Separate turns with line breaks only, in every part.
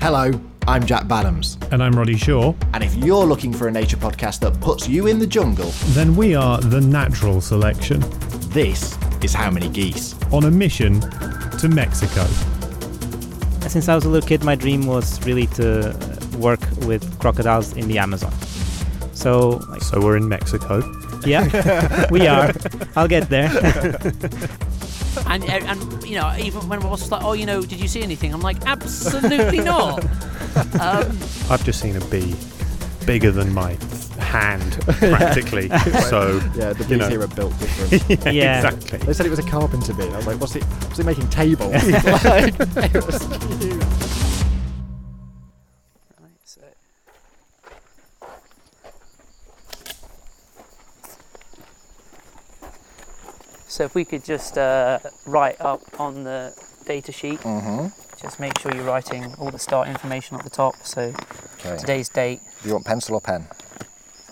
Hello, I'm Jack Badams.
And I'm Roddy Shaw.
And if you're looking for a nature podcast that puts you in the jungle,
Then we are the natural selection
this is How Many Geese.
on a mission to Mexico.
Since I was a little kid, my dream was really to uh, work with crocodiles in the Amazon. So, like,
So we're in Mexico.
yeah, we are. I'll get there.
And, uh, and you know, even when I was like, oh, you know, did you see anything? I'm like, absolutely not. um,
I've just seen a bee bigger than my hand, practically. so
Yeah, the bees
You know.
here are built different.
yeah.
exactly.
they said it was a carpenter bee. and I was like, what's it? Was it making tables? like, it was huge.
so if we could just uh, write up on the data sheet,
Uh-huh.
just make sure you're writing all the start information at the top. So
Okay.
today's date,
Do you want pencil or pen?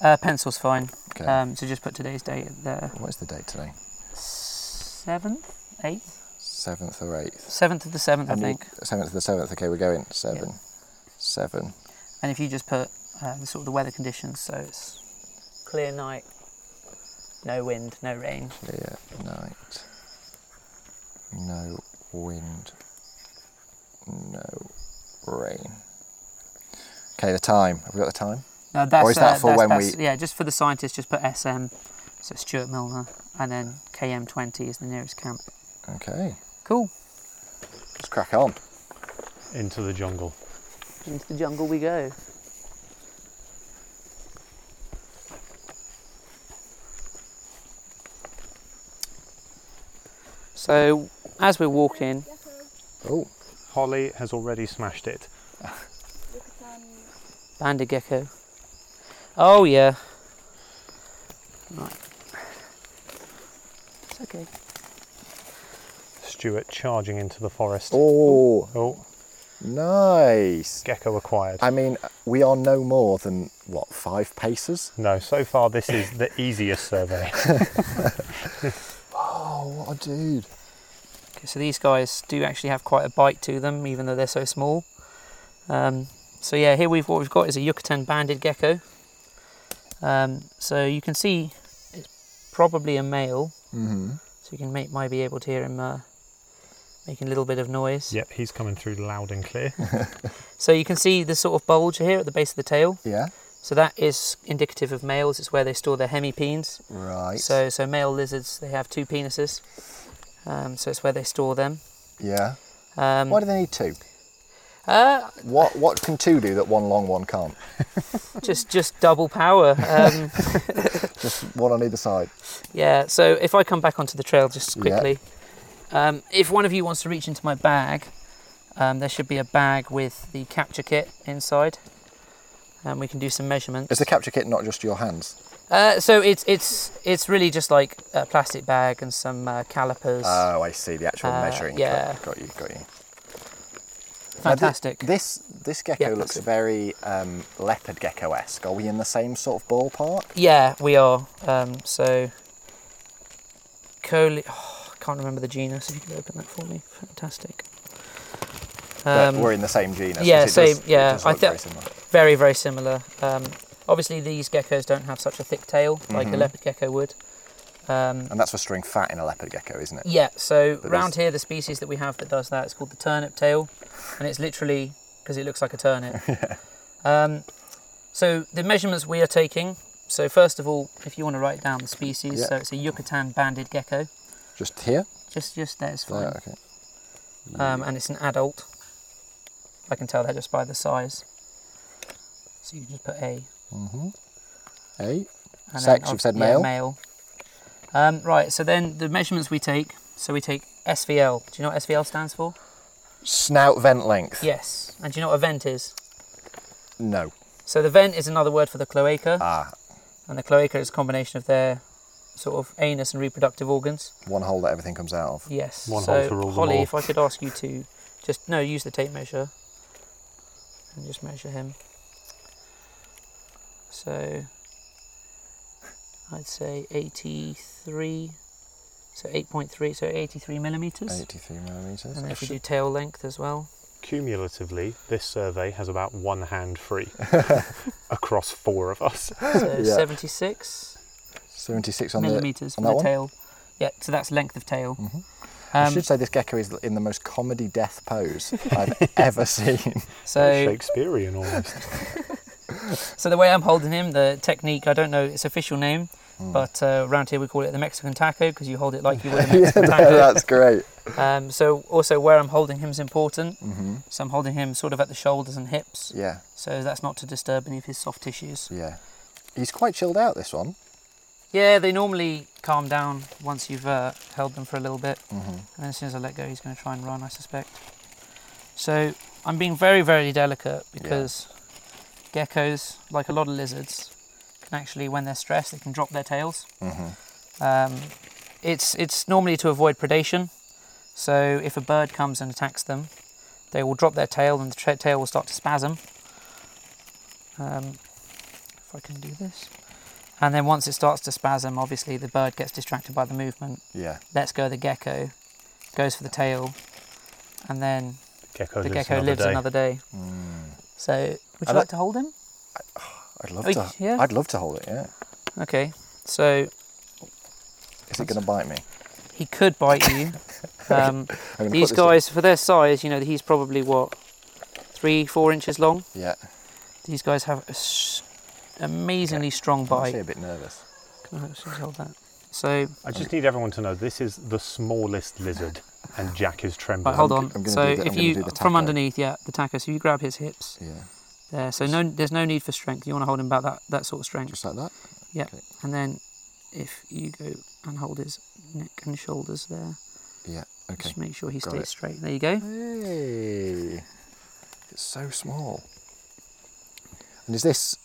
uh, pencil's fine.
Okay.
Um, so just put today's date at the
What is the date today?
seventh, eighth,
Seventh or eighth?
seventh of the seventh, I
And you-
think.
Seventh of the seventh. Okay, we're going seven, seven.
And if you just put uh, the sort of the weather conditions, so it's clear night, no wind, no rain.
Clear night. No wind. No rain. Okay, the time. Have we got the time?
No, that's, uh,
is that for
that's-
when
that's-
we-
Yeah, just for the scientists, just put SM, so Stuart Milner, and then KM20 is the nearest camp.
Okay,
Cool.
let's crack on.
Into the jungle.
Into the jungle we go. So, as we're walking,
Oh,
Holly has already smashed it.
Panda gecko. Oh yeah. Right. It's okay.
Stuart charging into the forest.
oh,
Oh,
nice.
gecko acquired.
I mean, we are no more than what five paces.
no, so far this is the easiest survey.
Oh, what a dude!
okay. So these guys do actually have quite a bite to them, even though they're so small. Um, so yeah, here we've what we've got is a Yucatan banded gecko. Um, so you can see it's probably a male.
Mm-hmm.
So you can make, might be able to hear him uh, making a little bit of noise.
yep, he's coming through loud and clear.
So you can see the sort of bulge here at the base of the tail.
Yeah.
So that is indicative of males. It's where they store their hemipenes.
Right.
So, so male lizards they have two penises, um, so it's where they store them.
yeah.
Um,
Why do they need two?
uh,
What What can two do that one long one can't?
just just double power. Um,
Just one on either side.
yeah. So if I come back onto the trail just
Yeah.
quickly, um, if one of you wants to reach into my bag, um, there should be a bag with the capture kit inside, and we can do some measurements.
Is the capture kit not just your hands?
uh, so it's it's it's really just like a plastic bag and some uh, calipers.
Oh, I see. The actual
Uh,
measuring. kit.
yeah.
Got you. Got you. Now, thi-
Fantastic.
this this gecko
Yeah,
looks
that's-
very um, leopard gecko-esque. Are we in the same sort of ballpark?
Yeah, we are. Um, so, Coli. Oh, I can't remember the genus. If you could open that for me, fantastic.
But
Um,
we're in the same genus.
yeah,
'cause it does-
same- yeah,
It does
I
look
thi-
very similar.
very, very similar. Um, obviously, these geckos don't have such a thick tail like a
Mhm.
leopard gecko would. Um,
And that's for storing fat in a leopard gecko, isn't it?
yeah. So
But
round
there's-
here, the species that we have that does that is called the turnip tail, and it's literally because it looks like a turnip. um, so the measurements we are taking. So first of all, if you want to write down the species,
Yeah.
so it's a Yucatan banded gecko.
Just here.
Just, just that is fine.
There, okay.
Um, and it's an adult. I can tell that just by the size. So you can just put A.
Eight.
And
Sex,
I'll-
you've said
yeah,
male.
male. Um, right. So then the measurements we take. So we take SVL. Do you know what SVL stands for?
Snout vent length.
Yes. And do you know what a vent is?
No.
So the vent is another word for the cloaca,
Ah,
and the cloaca is a combination of their sort of anus and reproductive organs.
one hole that everything comes out of.
Yes.
One hole
so
for all the
Holly,
more.
if I could ask you to just no use the tape measure and just measure him. So I'd say 83, so 8.3, so 83 millimeters.
83 millimetres.
And then
I
if we
should-
do tail length as well,
cumulatively, this survey has about one hand free across four of us.
So
Yeah.
76
76 on the.
millimeters
on
for
that
the
one?
tail. Yeah, so that's length of tail.
Mhm. I
Um,
should say this gecko is in the most comedy death pose I've ever seen.
so,
Shakespearean almost.
so the way I'm holding him, the technique, I don't know its official name, but uh, around here we call it the Mexican taco because you hold it like you would a
yeah,
Mexican taco.
that's great.
Um, so also where I'm holding him is important.
hmm
So I'm holding him sort of at the shoulders and hips.
Yeah,
So that's not to disturb any of his soft tissues.
yeah. He's quite chilled out, this one.
Yeah, they normally calm down once you've uh, held them for a little bit.
hmm
And then as soon as I let go, he's going to try and run, I suspect. So I'm being very, very delicate because geckos, like a lot of lizards, can actually, when they're stressed, they can drop their tails.
hmm
Um, it's, it's normally to avoid predation. So if a bird comes and attacks them, they will drop their tail and the tra- tail will start to spasm. Um, if I can do this. And then once it starts to spasm, obviously the bird gets distracted by the movement
Yeah,
lets go of the gecko, goes for the tail, and then
Gecko
the
lives,
gecko
another,
lives
day.
another day. So,
I
would you
like-
like to hold him?
I'd love
Oh,
to.
yeah.
I'd love to hold it. Yeah.
Okay. So
Is it going to bite me?
he could bite you. Um,
I'm gonna put
these
this in-
guys, for their size, you know, he's probably what three, four inches long.
Yeah.
These guys have a s- amazingly strong
I'm actually
bite.
a bit nervous.
Can I actually hold that? So,
I just need everyone to know this is the smallest lizard, and Jack is
right,
trembling.
hold
I'm
on.
gonna
so,
do the- I'm
if
gonna do
you
the
from
taco.
underneath, yeah, the taco. So you grab his hips
Yeah.
there. So no, there's no need for strength. You want to hold him about that that sort of strength.
Just like that.
And then if you go and hold his neck and shoulders there,
Yeah. Okay.
just make sure he
got
stays
it.
straight. There you go.
Hey. It's so small. And is this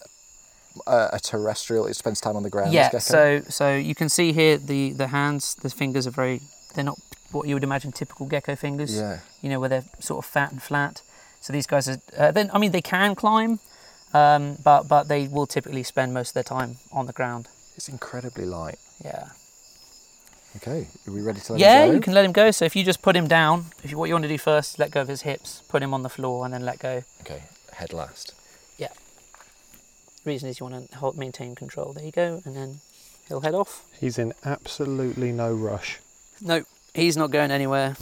a, a terrestrial? It spends time on the ground.
yeah,
this gecko?
so so you can see here the, the hands, the fingers are very, they're not what you would imagine typical gecko fingers,
Yeah.
you know, where they're sort of fat and flat. So these guys are, uh, then I mean, they can climb, um, but, but they will typically spend most of their time on the ground.
It's incredibly light.
Yeah.
Okay. Are we ready to let it
yeah,
go?
you can let him go. So if you just put him down, if you, what you want to do first, is let go of his hips, put him on the floor, and then let go.
Okay. Head last.
reason is you want to hold, maintain control. There you go, and then he'll head off.
He's in absolutely no rush.
No, he's not going anywhere.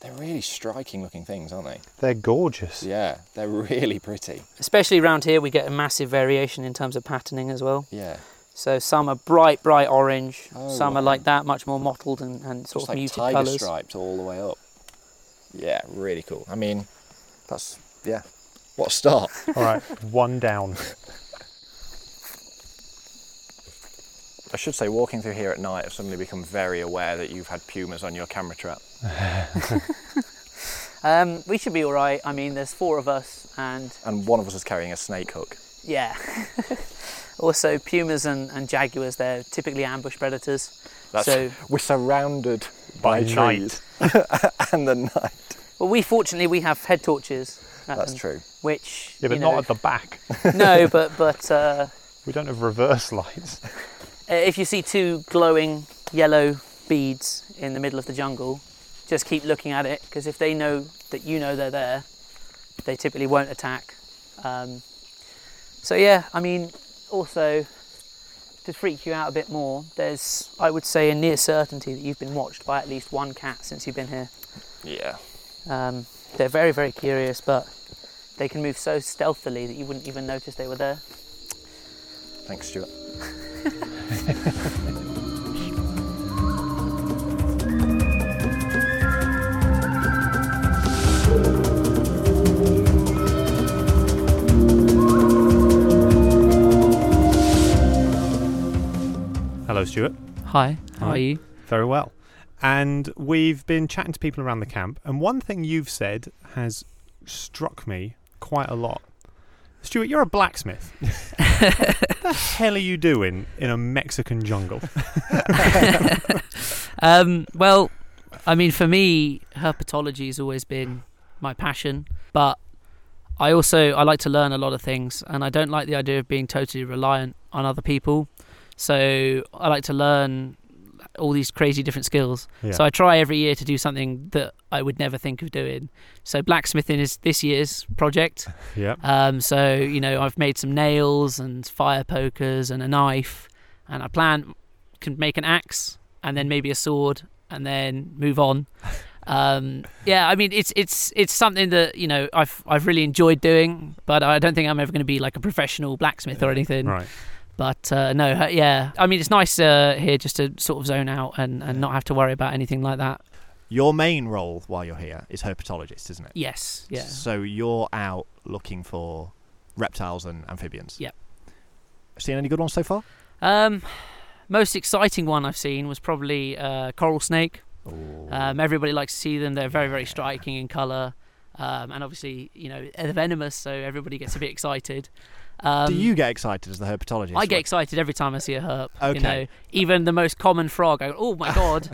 They're really striking looking things, aren't they?
They're gorgeous.
Yeah. They're really pretty.
Especially around here, we get a massive variation in terms of patterning as well.
Yeah.
So some are bright, bright orange.
Oh,
some
wow.
are like that, much more mottled and, and sort
Just
of
like
muted
tiger
colours.
stripes all the way up. Yeah. Really cool. I mean, that's yeah. What a start.
All right, one down.
I should say, walking through here at night, I've suddenly become very aware that you've had pumas on your camera trap.
Um, we should be all right. I mean, there's four of us, and
And one of us is carrying a snake hook.
yeah. also, pumas and, and jaguars, they're typically ambush predators.
That's,
So-
we're surrounded by,
By night.
trees and the night.
Well, we fortunately we have head torches. at
That's
them,
true.
Which
Yeah, but
you
not
know-
at the back.
no, but but. Uh,
We don't have reverse lights.
Uh, if you see two glowing yellow beads in the middle of the jungle, just keep looking at it because if they know that you know they're there, they typically won't attack. Um, so yeah, I mean, also to freak you out a bit more, there's I would say a near certainty that you've been watched by at least one cat since you've been here.
Yeah.
Um, they're very very curious, but they can move so stealthily that you wouldn't even notice they were there.
Thanks, Stuart.
Hello, Stuart.
Hi,
how are
you?
Very well. And we've been chatting to people around the camp, and one thing you've said has struck me quite a lot. Stuart, you're a blacksmith. what the hell are you doing in a Mexican jungle?
um, well, I mean, for me, herpetology has always been my passion, but I also I like to learn a lot of things, and I don't like the idea of being totally reliant on other people. So I like to learn all these crazy different skills.
Yeah.
So I try every year to do something that I would never think of doing. So blacksmithing is this year's project.
Yep.
Um, so you know I've made some nails and fire pokers and a knife, and I plan can make an axe and then maybe a sword and then move on. Um, yeah, I mean it's it's it's something that you know I've I've really enjoyed doing, but I don't think I'm ever going to be like a professional blacksmith or anything.
Right.
But uh, no, uh, yeah. I mean, it's nice uh, here just to sort of zone out and, and not have to worry about anything like that.
Your main role while you're here is herpetologist, isn't it?
Yes, yeah.
So you're out looking for reptiles and amphibians.
Yep.
Seen any good ones so far?
Um, most exciting one I've seen was probably uh, coral snake. Um, everybody likes to see them. They're very, very striking in colour, um, and obviously, you know, they're venomous, so everybody gets a bit excited. Um,
Do you get excited as the herpetologist?
I get excited every time I see a herp. You
Okay.
know, even the most common frog, I go, oh my god.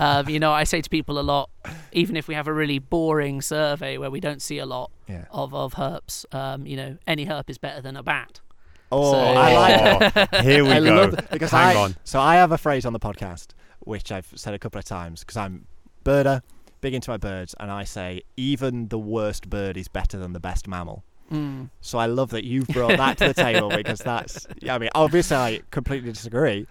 um, you know, I say to people a lot, even if we have a really boring survey where we don't see a lot
Yeah.
of, of herps, um, you know, any herp is better than a bat.
Oh,
So-
I like
Oh, here we
I
go.
love it because
Hang
I,
on.
So I have a phrase on the podcast which I've said a couple of times because I'm birder, big into my birds, and I say even the worst bird is better than the best mammal.
Mm.
So I love that you've brought that to the table because that's. Yeah, I mean, obviously I completely disagree,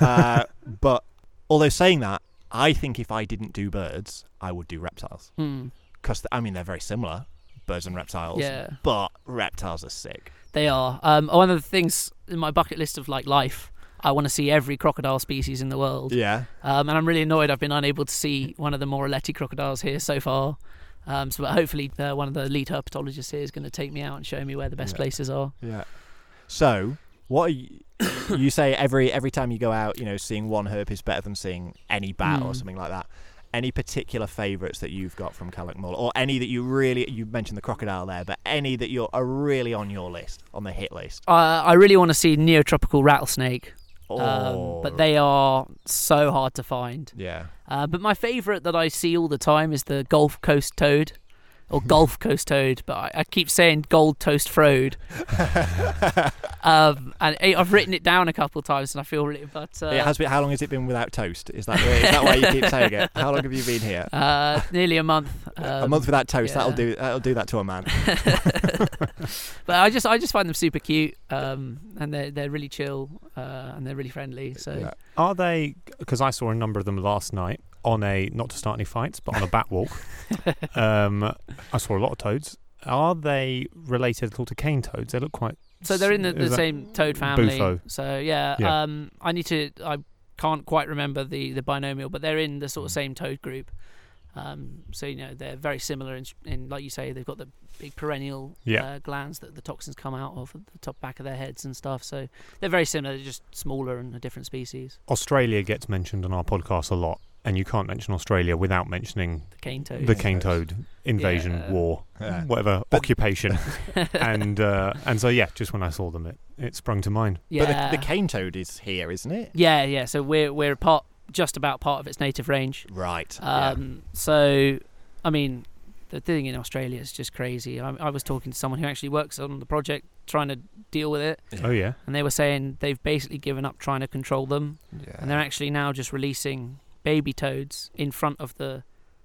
uh, but although saying that, I think if I didn't do birds, I would do reptiles
Mm.
because I mean they're very similar, birds and reptiles.
Yeah.
But reptiles are sick.
They are. Um, one of the things in my bucket list of like life, I want to see every crocodile species in the world.
Yeah.
Um, and I'm really annoyed I've been unable to see one of the Moraletti crocodiles here so far. Um, so, but hopefully, uh, one of the lead herpetologists here is going to take me out and show me where the best
Yeah.
places are.
Yeah. So, what are you, you say every every time you go out, you know, seeing one herp is better than seeing any bat or
Mm.
something like that. Any particular favourites that you've got from Calakmul, or any that you really you mentioned the crocodile there, but any that you're are really on your list on the hit list?
Uh, I really want to see neotropical rattlesnake, um,
Oh,
but they are so hard to find.
yeah,
Uh, but my favourite that I see all the time is the Gulf Coast toad, or Gulf Coast toad, but I, I keep saying Gold Toast Frode. um, and I- I've written it down a couple of times, and I feel really. But uh,
it has been. How long has it been without toast? Is that is that why you keep saying it? How long have you been here?
uh, nearly a month. Um,
a month without toast. That'll
yeah.
do. That'll do that to a man.
but I just I just find them super cute, um, and they're they're really chill, uh, and they're really friendly. So
Yeah.
Are they? Because I saw a number of them last night on a not to start any fights, but on a bat walk. um, I saw a lot of toads. Are they related at all to cane toads? They look quite.
So they're in the, the
Is that-
same toad family.
Bufo.
So yeah,
Yeah.
Um, I need to. I can't quite remember the, the binomial, but they're in the sort of
Mm.
same toad group. Um, so you know they're very similar in, in like you say they've got the big perennial
Yeah.
uh, glands that the toxins come out of at the top back of their heads and stuff. So they're very similar, they're just smaller and a different species.
Australia gets mentioned on our podcast a lot, and you can't mention Australia without mentioning
The cane toad.
the cane toad invasion,
Yeah.
war,
Yeah.
whatever occupation, and uh, and so yeah, just when I saw them, it it sprung to mind.
yeah.
But the, the cane toad is here, isn't it?
yeah, yeah. So we're we're part just about part of its native range.
Right. yeah.
Um, So, I mean, the thing in Australia is just crazy. I, I was talking to someone who actually works on the project, trying to deal with it,
Yeah.
Oh yeah,
and they were saying they've basically given up trying to control them, and they're actually now just releasing baby toads in front of the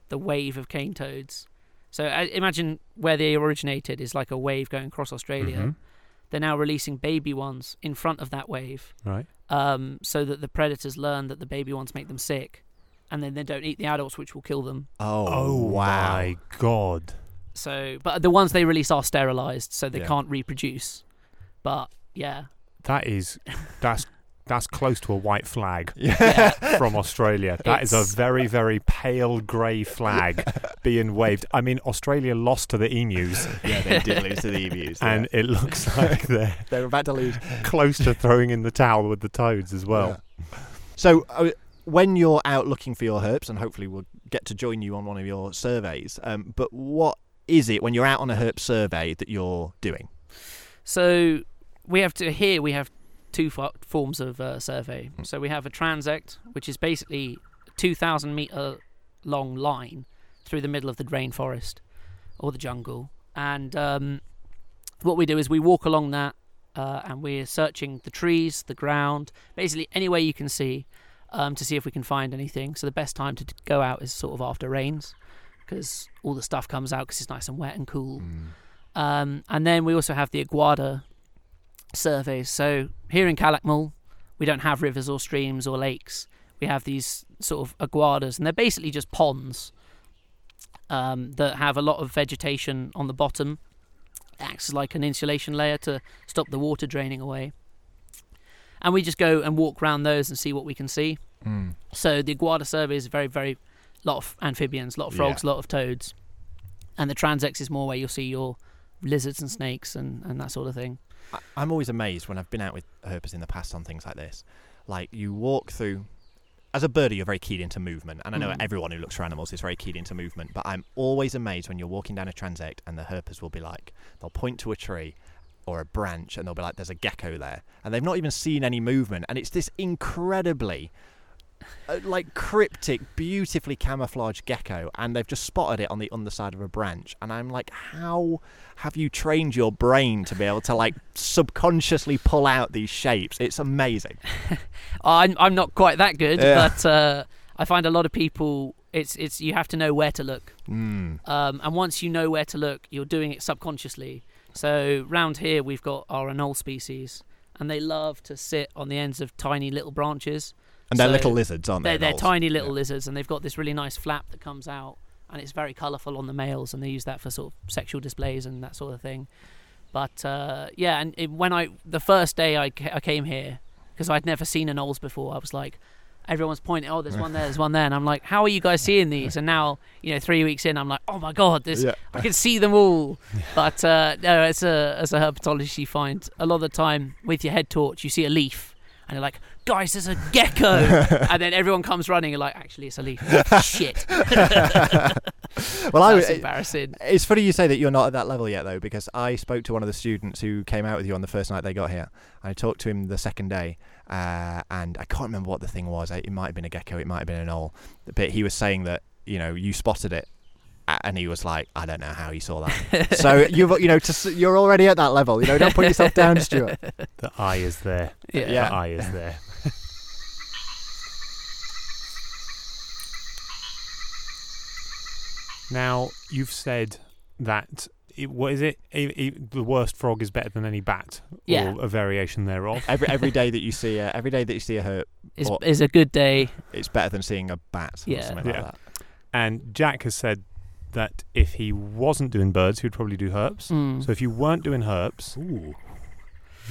the wave of cane toads. So uh, imagine where they originated is like a wave going across Australia.
Mhm.
They're now releasing baby ones in front of that wave,
right.
um, so that the predators learn that the baby ones make them sick, and then they don't eat the adults, which will kill them.
Oh,
my god!
So, but the ones they release are sterilized, so they
Yeah.
can't reproduce. But yeah,
That is that's that's close to a white flag
yeah,
from Australia. That is
It's-
a very very pale grey flag being waved. I mean, Australia lost to the emus,
Yeah, they did lose to the E EVs.
and it looks like they're
they're about to lose.
close to throwing in the towel with the toads as well.
So, uh, when you're out looking for your herbs, and hopefully we'll get to join you on one of your surveys, um, but what is it when you're out on a herb survey that you're doing?
So we have to here we have two fo- forms of uh, survey. So we have a transect, which is basically a two thousand meter long line through the middle of the rainforest or the jungle, and um, what we do is we walk along that, uh, and we're searching the trees, the ground, basically anywhere you can see. um, to see if we can find anything. So the best time to t- go out is sort of after rains because all the stuff comes out because it's nice and wet and cool. Um, and then we also have the Aguada surveys. So here in Calakmul, we don't have rivers or streams or lakes. We have these sort of aguadas, and they're basically just ponds um, that have a lot of vegetation on the bottom. It acts as like an insulation layer to stop the water draining away. And we just go and walk around those and see what we can see.
Mm.
So the Iguana survey is very, very lot of amphibians, lot of frogs, lot of toads, and the Transex is more where you'll see your lizards and snakes and, and that sort of thing.
I, I'm always amazed when I've been out with herpers in the past on things like this. Like you walk through. As a birdie, you're very keyed into movement, and I know
Mm.
everyone who looks for animals is very keyed into movement. But I'm always amazed when you're walking down a transect, and the herpers will be like, they'll point to a tree or a branch, and they'll be like, "There's a gecko there," and they've not even seen any movement, and it's this incredibly, uh, like cryptic, beautifully camouflaged gecko, and they've just spotted it on the underside of a branch, and I'm like, how have you trained your brain to be able to like subconsciously pull out these shapes? It's amazing.
I'm I'm not quite that good,
Yeah.
but uh, I find a lot of people it's it's you have to know where to look,
Mm.
um, and once you know where to look, you're doing it subconsciously. So round here we've got our anole species, and they love to sit on the ends of tiny little branches.
And they're
So
little lizards, aren't they?
They're, they're
Knowles?
tiny little
Yeah.
lizards, and they've got this really nice flap that comes out, and it's very colourful on the males, and they use that for sort of sexual displays and that sort of thing. But uh, yeah, and it, when I the first day I, ca- I came here because I'd never seen an oles before, I was like, everyone's pointing, oh, there's one there, there's one there, and I'm like, how are you guys seeing these? And now you know, three weeks in, I'm like, oh my god, this
Yeah.
I can see them all. But uh, no, as a as a herpetologist, you find a lot of the time with your head torch, you see a leaf, and you're like, guys, there's a gecko, and then everyone comes running. You're like, actually, it's a leaf. Shit,
Well, I,
that's
was.
embarrassing.
It's funny you say that you're not at that level yet, though, because I spoke to one of the students who came out with you on the first night they got here. I talked to him the second day, uh, and I can't remember what the thing was. It might have been a gecko, it might have been an owl, but he was saying that you know you spotted it, a- and he was like, I don't know how he saw that. so you've you know to, s- you're already at that level. You know, don't put yourself down, Stuart.
The eye is there.
Yeah.
Yeah.
The eye is there.
Now you've said that it, what is it? I i the worst frog is better than any bat,
Yeah.
or a variation thereof.
Every every day that you see a, every day that you see a hurt,
It's,
What?
it's a good day.
it's better than seeing a bat or
Yeah.
something
Yeah.
like that.
And Jack has said that if he wasn't doing birds, he'd probably do herps.
Mm.
So if you weren't doing herps,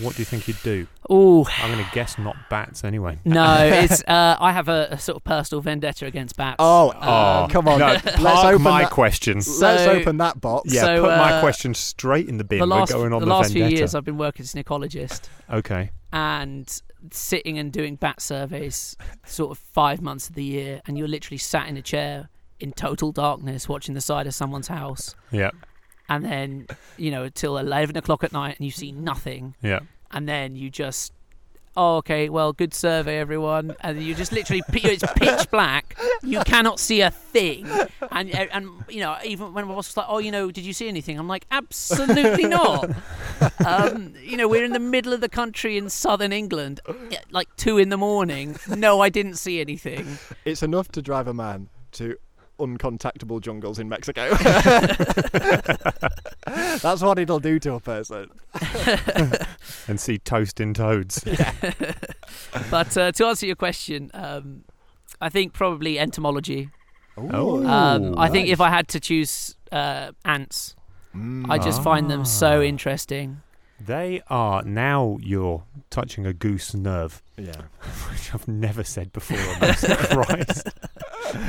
what do you think you'd do?
Ooh,
I'm going to guess not bats anyway.
no, it's uh, I have a, a sort of personal vendetta against bats.
Oh,
Um,
come on!
Ah. No,
let's
Park
open
my
that.
questions.
let's
So-
open that box.
Yeah,
So,
put my
uh,
question straight in the bin.
the last
We're going on
the
the,
last few
vendetta.
years I've been working as an ecologist.
Okay.
and sitting and doing bat surveys sort of five months of the year and you're literally sat in a chair in total darkness watching the side of someone's house
Yeah.
and then you know till 11 o'clock at night and you see nothing
Yeah.
and then you just oh okay well good survey everyone and you just literally pi- it's pitch black you cannot see a thing and e, and you know even when I was like oh you know did you see anything I'm like absolutely not um, you know we're in the middle of the country in southern England at like two in the morning no I didn't see anything
It's enough to drive a man to uncontactable jungles in Mexico. That's what it'll do to a person.
And see toast in toads.
Um, but uh, to answer your question um, I think probably entomology
Ooh.
um, I think
nice.
if I had to choose uh, ants
Mm.
I just find them so
Ah.
interesting.
They are now you're touching a goose nerve,
yeah.
which I've never said before on this Christ.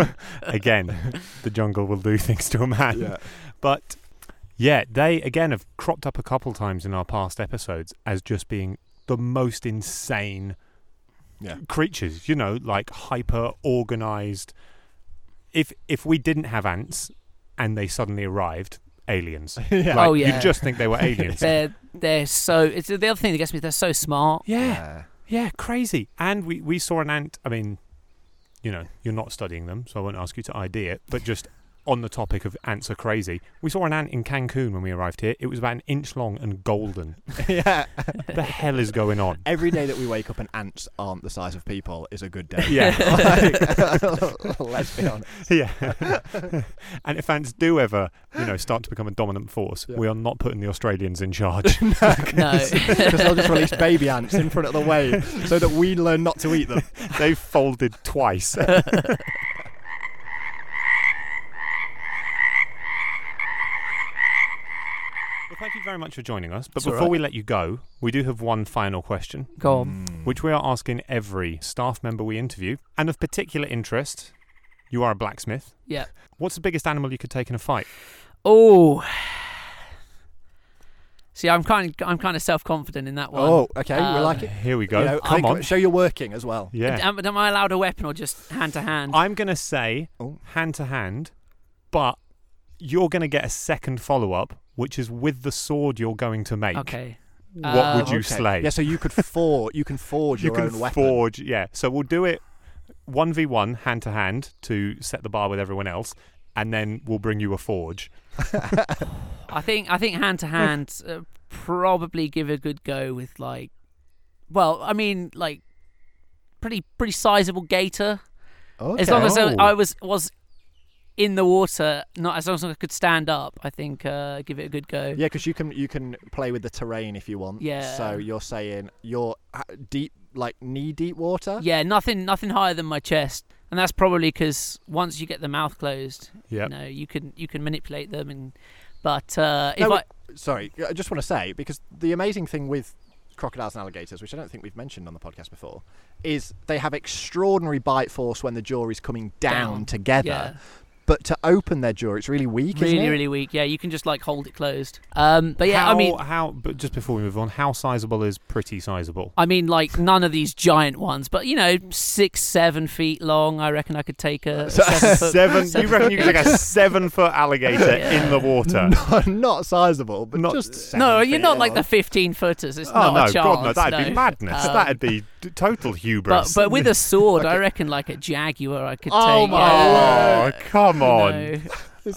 again, the jungle will do things to a man.
yeah.
But yeah, they again have cropped up a couple times in our past episodes as just being the most insane
Yeah.
creatures, you know, like hyper organized. If if we didn't have ants and they suddenly arrived, aliens.
yeah.
Like,
Oh, yeah.
You'd just think they were aliens.
They're they're so. It's the other thing that gets me. They're so smart.
yeah. Yeah, crazy. And we, we saw an ant. I mean, you know, you're not studying them, so I won't ask you to ID it, but just on the topic of ants are crazy, we saw an ant in Cancun when we arrived here. It was about an inch long and golden.
yeah.
the hell is going on?
Every day that we wake up and ants aren't the size of people is a good day.
Yeah.
Like, let's be honest.
yeah. and if ants do ever, you know, start to become a dominant force,
Yeah.
we are not putting the Australians in charge.
No.
Because they'll just release baby ants in front of the way so that we learn not to eat them.
They've folded twice. Well, Thank you very much for joining us. But
It's all
before
right.
we let you go, we do have one final question,
Go on.
which we are asking every staff member we interview. And of particular interest, you are a blacksmith.
Yeah.
What's the biggest animal you could take in a fight?
Oh. See, I'm kind of, I'm kind of self-confident in that one.
Oh, okay. we
Um,
like it.
Here we go.
You know,
Come
think-
on.
Show you're working as well.
Yeah.
Am, am I allowed a weapon or just hand to hand?
I'm going to say
Oh.
hand to hand, but you're going to get a second follow up, which is with the sword you're going to make.
Okay. Uh,
What would you slay?
Yeah, so you could forge. You can forge
you
your
can
own weapon.
forge. Yeah. So we'll do it 1v1 hand to hand to set the bar with everyone else. And then we'll bring you a forge.
I think I think hand to hand uh, probably give a good go with like, well, I mean like, pretty pretty sizable gator.
Okay.
As long as I,
Oh.
I was was in the water, not as long as I could stand up. I think uh, give it a good go.
Yeah, because you can you can play with the terrain if you want.
Yeah.
So you're saying you're at deep, like knee deep water.
Yeah, nothing nothing higher than my chest, and that's probably because once you get the mouth closed,
Yeah.
you know you can you can manipulate them and. But uh, if
No,
I
Sorry, I just want to say because the amazing thing with crocodiles and alligators, which I don't think we've mentioned on the podcast before, is they have extraordinary bite force when the jaw is coming down,
Down.
together.
yeah.
But to open their jaw, it's really weak. isn't
really
it?
really weak, yeah, you can just like hold it closed. Um, but yeah,
how,
I mean,
how? But just before we move on, how sizable is pretty sizable?
I mean, like none of these giant ones, but you know, six, seven feet long. I reckon I could take a a seven foot.
seven. You reckon you could take a seven-foot alligator
Yeah.
in the water?
not sizable, but
Not-
just seven
No, you're
feet
not like
long.
the 15 footers. It's
Oh
not
no,
a chance.
God, no! That'd be
no.
madness.
Um,
that'd be d- total
But,
hubris.
but with a sword, I
Okay.
reckon like a jaguar, I could
Oh
take.
my
oh,
word.
come
you
on!
know.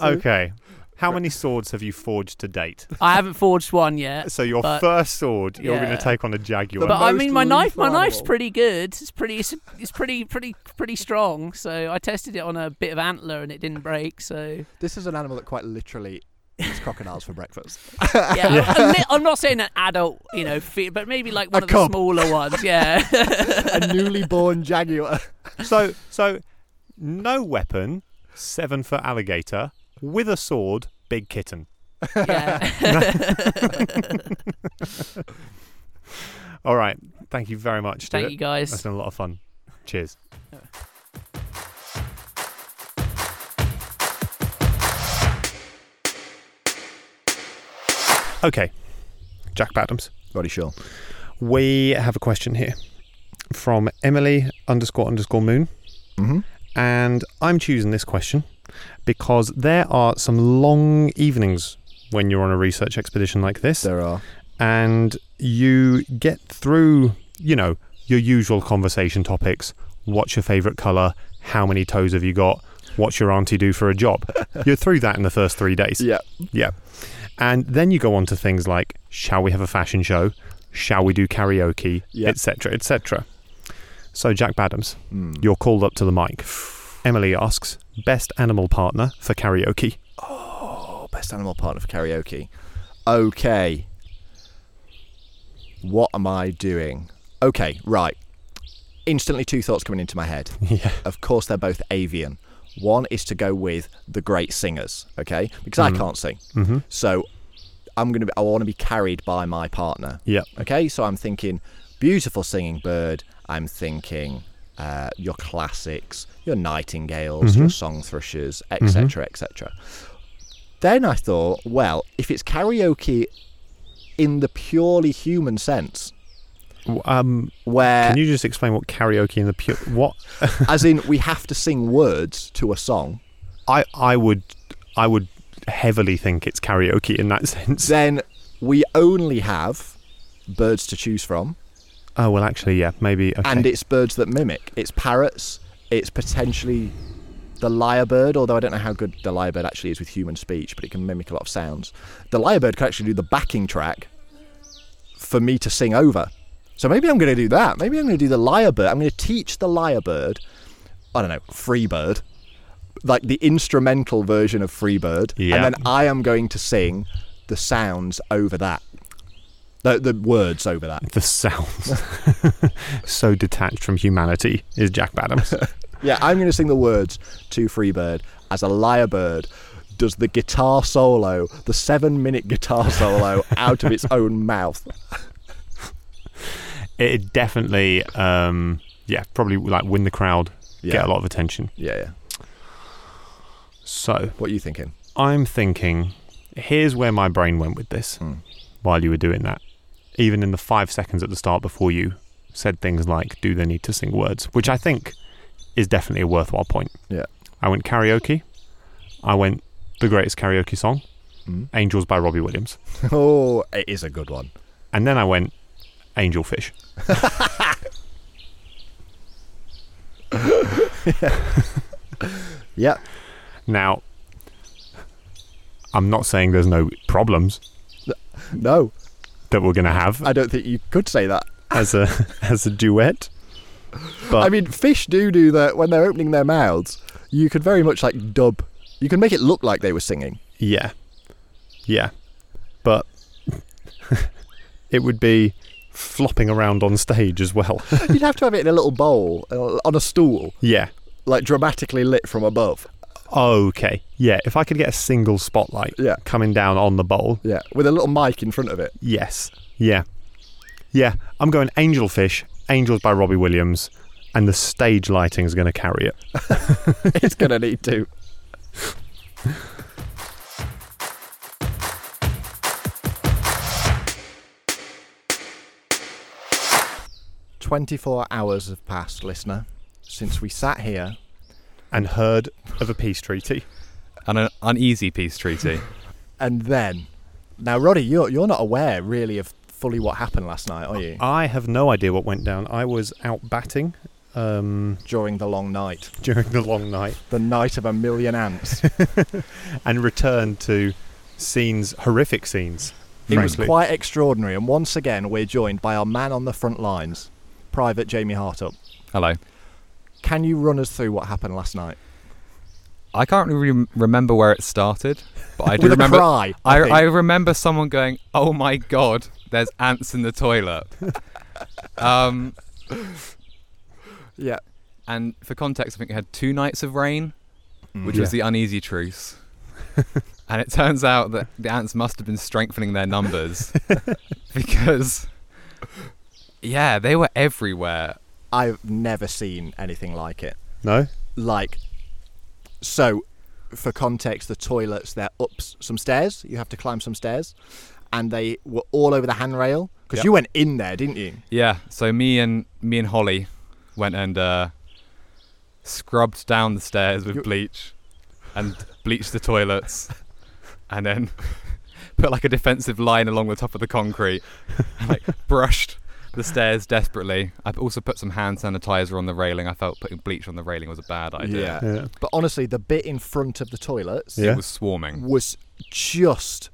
Okay, how many swords have you forged to date?
I haven't forged one yet.
So your
Uh, But-
first sword, you're going
yeah.
to take on a jaguar.
But I
most
mean, my knife, my
lethal
knife's
animal.
pretty good. It's pretty, it's, it's pretty, pretty, pretty strong. So I tested it on a bit of antler and it didn't break. So
This is an animal that quite literally eats crocodiles for breakfast.
yeah, I'm, li- I'm not saying an adult, you know, fe- but maybe like one
A
of
cub.
the smaller ones. Yeah.
a newly born jaguar.
so so, no weapon, seven-foot alligator with a sword, big kitten.
Yeah.
All right, thank you very much.
Thank
Stuart.
you
That's
guys.
been a lot of fun. Cheers. Okay, Jack Badams.
Roddy Shaw.
We have a question here from Emily underscore underscore Moon,
Mm-hmm.
and I'm choosing this question because there are some long evenings when you're on a research expedition like this
There are.
and you get through, you know, your usual conversation topics. What's your favourite colour? How many toes have you got? What's your auntie do for a job? You're through that in the first three days.
Yeah.
And then you go on to things like, shall we have a fashion show? Shall we do karaoke?
Yeah.
Etc. Etc. So, Jack Badams, you're called up to the mic. Emily asks, best animal partner for karaoke?
Oh, best animal partner for karaoke. Okay. What am I doing? Okay, right. Instantly, two thoughts coming into my head.
yeah.
Of course, they're both avian. One is to go with the great singers, okay? Because I
Mm.
can't sing,
Mm-hmm.
so I'm gonna. Be, I want to be carried by my partner.
Yep.
Okay, so I'm thinking beautiful singing bird. I'm thinking uh, your classics, your nightingales, your song thrushes, etc., etc. Then I thought, well, if it's karaoke in the purely human sense,
W- Um,
where
can you just explain what karaoke in the pure. What?
as in we have to sing words to a song,
I I would I would heavily think it's karaoke in that sense.
then we only have birds to choose from,
Oh well, actually, yeah, maybe. Okay.
and it's birds that mimic. It's parrots. It's potentially the lyrebird, although I don't know how good the lyrebird actually is with human speech, but it can mimic a lot of sounds. The lyrebird can actually do the backing track for me to sing over. So maybe I'm going to do that. Maybe I'm going to do the lyrebird. I'm going to teach the lyrebird, I don't know, Freebird, like the instrumental version of Freebird,
Yeah.
and then I am going to sing the sounds over that. The, the words over that.
The sounds. so detached from humanity is Jack Badhams.
Yeah, I'm going to sing the words to Freebird as a lyrebird does the guitar solo, the seven minute guitar solo, out of its own mouth.
it definitely, um, yeah, probably like win the crowd,
Yeah.
get a lot of attention.
Yeah, yeah.
So
What are you thinking?
I'm thinking, here's where my brain went with this
Hmm.
while you were doing that. Even in the five seconds at the start before you said things like, do they need to sing words? Which I think is definitely a worthwhile point.
Yeah.
I went karaoke. I went the greatest karaoke song,
Mm.
Angels by Robbie Williams.
Oh, it is a good one.
And then I went Angelfish.
Yeah.
Now, I'm not saying there's no problems
No,
that we're going to have
I don't think you could say that.
as a as a duet. But
I mean, fish do do that when they're opening their mouths. You could very much like dub. You can make it look like they were singing.
Yeah. Yeah. But it would be flopping around on stage as well.
You'd have to have it in a little bowl uh, on a stool,
yeah.
like dramatically lit from above.
Okay. Yeah. If I could get a single spotlight
Yeah.
coming down on the bowl,
Yeah, with a little mic in front of it.
yes. Yeah. Yeah. I'm going Angelfish, Angels by Robbie Williams, and the stage lighting is going to carry it.
It's going to need to. Twenty-four hours have passed, listener, since we sat here.
And heard of a peace treaty.
And an uneasy peace treaty.
And then, now, Roddy, you're you're not aware really of fully what happened last night, are you?
I have no idea what went down. I was out batting um,
During the long night,
during the long night.
the night of a million ants,
and return to scenes, horrific scenes.
it was
frankly.
quite extraordinary. And once again, we're joined by our man on the front lines, Private Jamie Hartup.
Hello.
Can you run us through what happened last night?
I can't really remember where it started, but I do
With
remember.
a cry.
I,
think.
I remember someone going, "Oh my god, there's ants in the toilet." um,
yeah.
and for context, I think we had two nights of rain, which
Mm.
was the uneasy truce. and it turns out that the ants must have been strengthening their numbers because, yeah, they were everywhere.
I've never seen anything like it.
No?
Like, so for context, the toilets they're up s- some stairs. You have to climb some stairs, and they were all over the handrail because
Yep.
you went in there, didn't you?
Yeah, so me and me and Holly went and uh, scrubbed down the stairs with
You-
bleach and bleached the toilets and then put like a defensive line along the top of the concrete and like brushed the stairs desperately. I've also put some hand sanitizer on the railing. I felt putting bleach on the railing was a bad idea.
Yeah.
But honestly, the bit in front of the toilets
It
Yeah.
was swarming.
was just.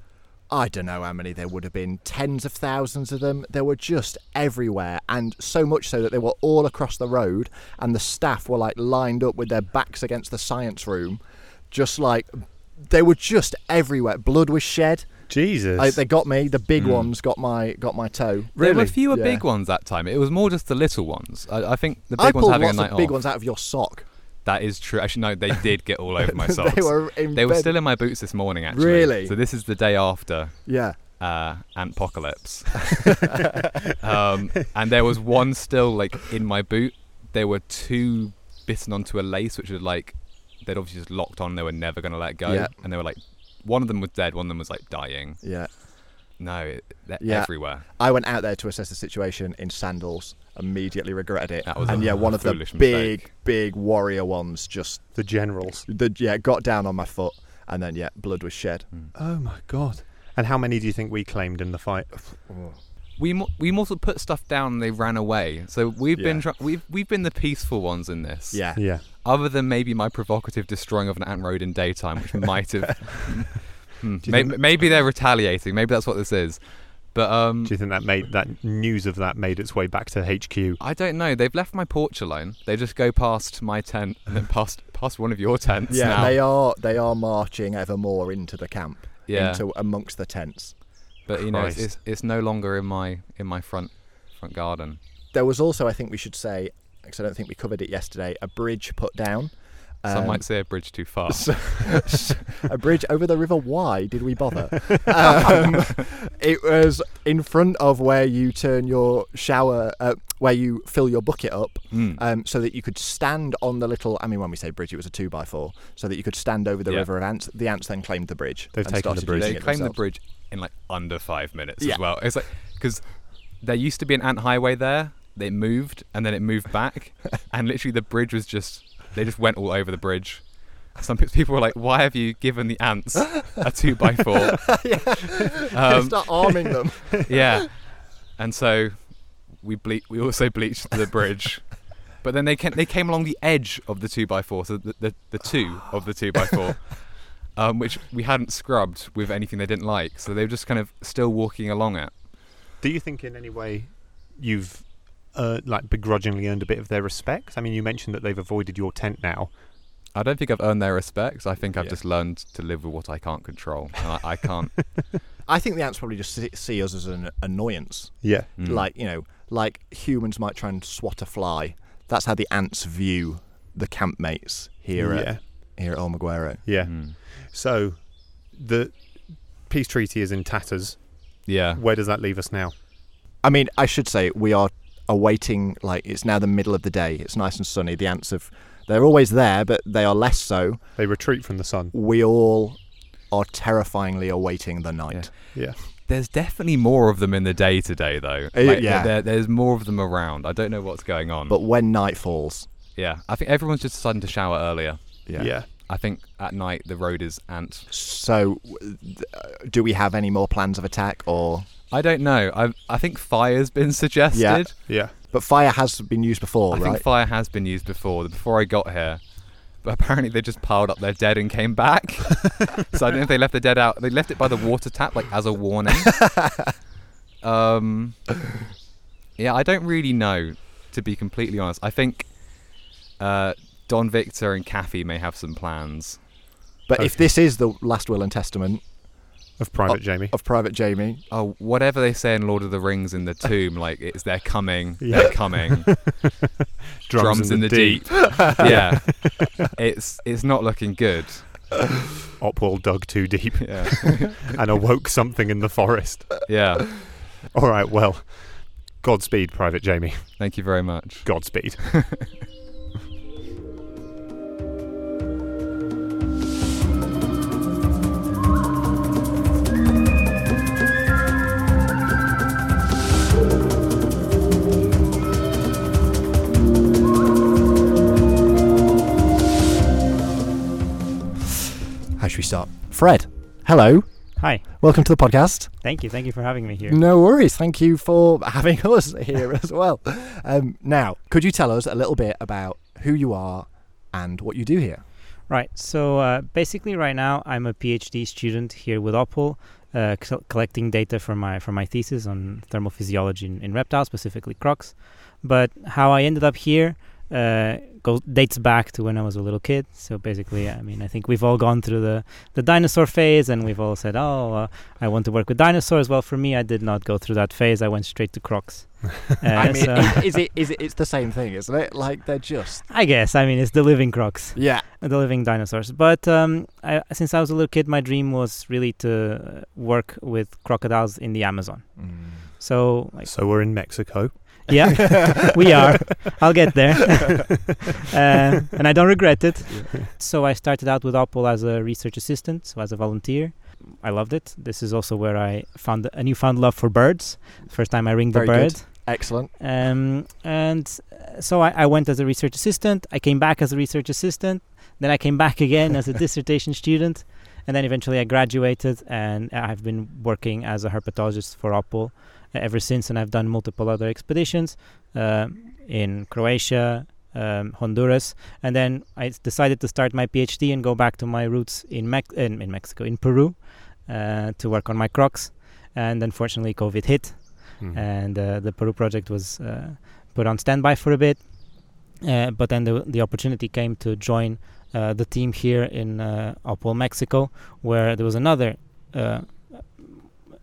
I don't know how many there would have been, tens of thousands of them. They were just everywhere, and so much so that they were all across the road, and the staff were like lined up with their backs against the science room, just like they were just everywhere. Blood was shed.
Jesus.
Like, they got me. The big
Mm.
ones got my got my toe.
There were fewer
Yeah.
big ones that time. It was more just the little ones. I, I think the big
I
ones
pulled
having
lots
a night
of big
off.
ones out of your sock.
That is true. Actually, no, they did get all over my socks.
they were in
They were
bed-
still in my boots this morning, actually.
Really?
So this is the day after
Yeah.
uh, Antpocalypse, um, and there was one still like in my boot. There were two bitten onto a lace, which was like they'd obviously just locked on. They were never going to let go,
Yeah.
and they were like, one of them was dead, one of them was like dying.
Yeah.
No, it, they're
Yeah.
everywhere.
I went out there to assess the situation in sandals. Immediately regretted it.
That was
and
a
yeah, one of the
foolish
big,
mistake.
big warrior ones just
the generals.
the yeah got down on my foot, and then yeah, blood was shed.
Oh my god. And how many do you think we claimed in the fight?
we mo- we more sort of put stuff down and they ran away. So we've been
Yeah.
try- we've we've been the peaceful ones in this.
Yeah.
Yeah.
Other than maybe my provocative destroying of an ant road in daytime, which might have. Hmm,
you
may-
think-
maybe they're retaliating. Maybe that's what this is. But um,
Do you think that made that news of that made its way back to HQ?
I don't know. They've left my porch alone. They just go past my tent and then past past one of your tents.
Yeah,
now.
they are they are marching ever more into the camp,
yeah.
into amongst the tents.
but you know, it's,
Christ.
it's it's no longer in my in my front front garden.
There was also, I think we should say, because I don't think we covered it yesterday, a bridge put down.
Some
Um,
might say a bridge too far.
so- a bridge over the river. Why did we bother? um, it was in front of where you turn your shower, uh, where you fill your bucket up,
Mm.
um, so that you could stand on the little. I mean, when we say bridge, it was a two by four, so that you could stand over the
Yeah.
river of ants. The ants then claimed the bridge.
They've
and
taken the
started
bridge.
using
they
it
claim the
themselves.
bridge in like under five minutes
Yeah.
as well. It's like because there used to be an ant highway there. They moved and then it moved back, and literally the bridge was just they just went all over the bridge. Some pe- people were like, "Why have you given the ants a two by four?
They
um,
start arming them.
yeah, and so we ble- we also bleached the bridge. But then they came, they came along the edge of the two by four, so the, the, the two of the two by four, um, which we hadn't scrubbed with anything they didn't like. So they were just kind of still walking along it.
Do you think in any way you've uh, like begrudgingly earned a bit of their respect? I mean, you mentioned that they've avoided your tent now.
I don't think I've earned their respect. I think I've
Yeah.
just learned to live with what I can't control. And I, I can't.
I think the ants probably just see- see us as an annoyance.
Yeah.
Mm.
Like, you know, like humans might try and swat a fly. That's how the ants view the campmates here
yeah. Hmm.
at here at Olmaguero.
Yeah.
Mm.
So the peace treaty is in tatters.
Yeah.
Where does that leave us now?
I mean, I should say we are awaiting like it's now the middle of the day. It's nice and sunny. The ants have they're always there, but they are less so.
They retreat from the sun.
We all are terrifyingly awaiting the night.
Yeah.
There's definitely more of them in the day today, though.
Uh, yeah.
there- there's more of them around. I don't know what's going on.
But when night falls,
yeah. I think everyone's just deciding to shower earlier.
yeah.
I think at night the road is ant.
So w- th- uh, do we have any more plans of attack or
I don't know. I I think fire's been suggested.
Yeah.
but fire has been used before,
I
right?
think fire has been used before. Before I got here, but apparently they just piled up their dead and came back. so I don't know if they left the dead out. They left it by the water tap, like as a warning. um, yeah, I don't really know. To be completely honest, I think uh, Don Victor and Kathy may have some plans.
But if this is the last will and testament
Of private Jamie.
of Private Jamie,
Oh, whatever they say in Lord of the Rings in the tomb, like it's they're coming,
Yeah.
they're coming. drums, in the, deep. yeah, it's it's not looking good.
Opwell dug too deep
Yeah,
and awoke something in the forest.
yeah.
All right. Well, Godspeed, Private Jamie.
Thank you very much.
Godspeed.
how should we start? Fred, hello.
Hi.
Welcome to the podcast.
Thank you. Thank you for having me here.
No worries. Thank you for having us here as well. Um, now, could you tell us a little bit about who you are and what you do here?
Right. So uh, basically, right now I'm a PhD student here with Opal, uh, col- collecting data for my for my thesis on thermal physiology in, in reptiles, specifically crocs. But how I ended up here uh, goes dates back to when I was a little kid. So basically, I mean, I think we've all gone through the the dinosaur phase, and we've all said, "Oh, uh, I want to work with dinosaurs." Well, for me, I did not go through that phase. I went straight to crocs. Uh,
I mean,
so-
is, is it is it? It's the same thing, isn't it? Like they're just
I guess. I mean, it's the living crocs.
yeah.
the living dinosaurs. But um, I, since I was a little kid, my dream was really to uh, work with crocodiles in the Amazon. So, like,
So we're in Mexico.
yeah, we are. I'll get there, uh, and I don't regret it. So I started out with Opal as a research assistant, so as a volunteer. I loved it. This is also where I found a newfound love for birds. First time I ringed
Very
a bird.
good. Excellent.
Um, and uh, so I, I went as a research assistant. I came back as a research assistant. Then I came back again as a dissertation student. And then eventually I graduated and I've been working as a herpetologist for Opal uh, ever since. And I've done multiple other expeditions um in Croatia, um, Honduras. And then I s- decided to start my PhD and go back to my roots in, Mex- in, in Mexico, in Peru, uh, to work on my crocs. And unfortunately, COVID hit
Hmm. Mm-hmm.
and uh, the Peru project was uh, put on standby for a bit. Uh, but then the, the opportunity came to join uh, the team here in uh, Opal, Mexico, where there was another uh,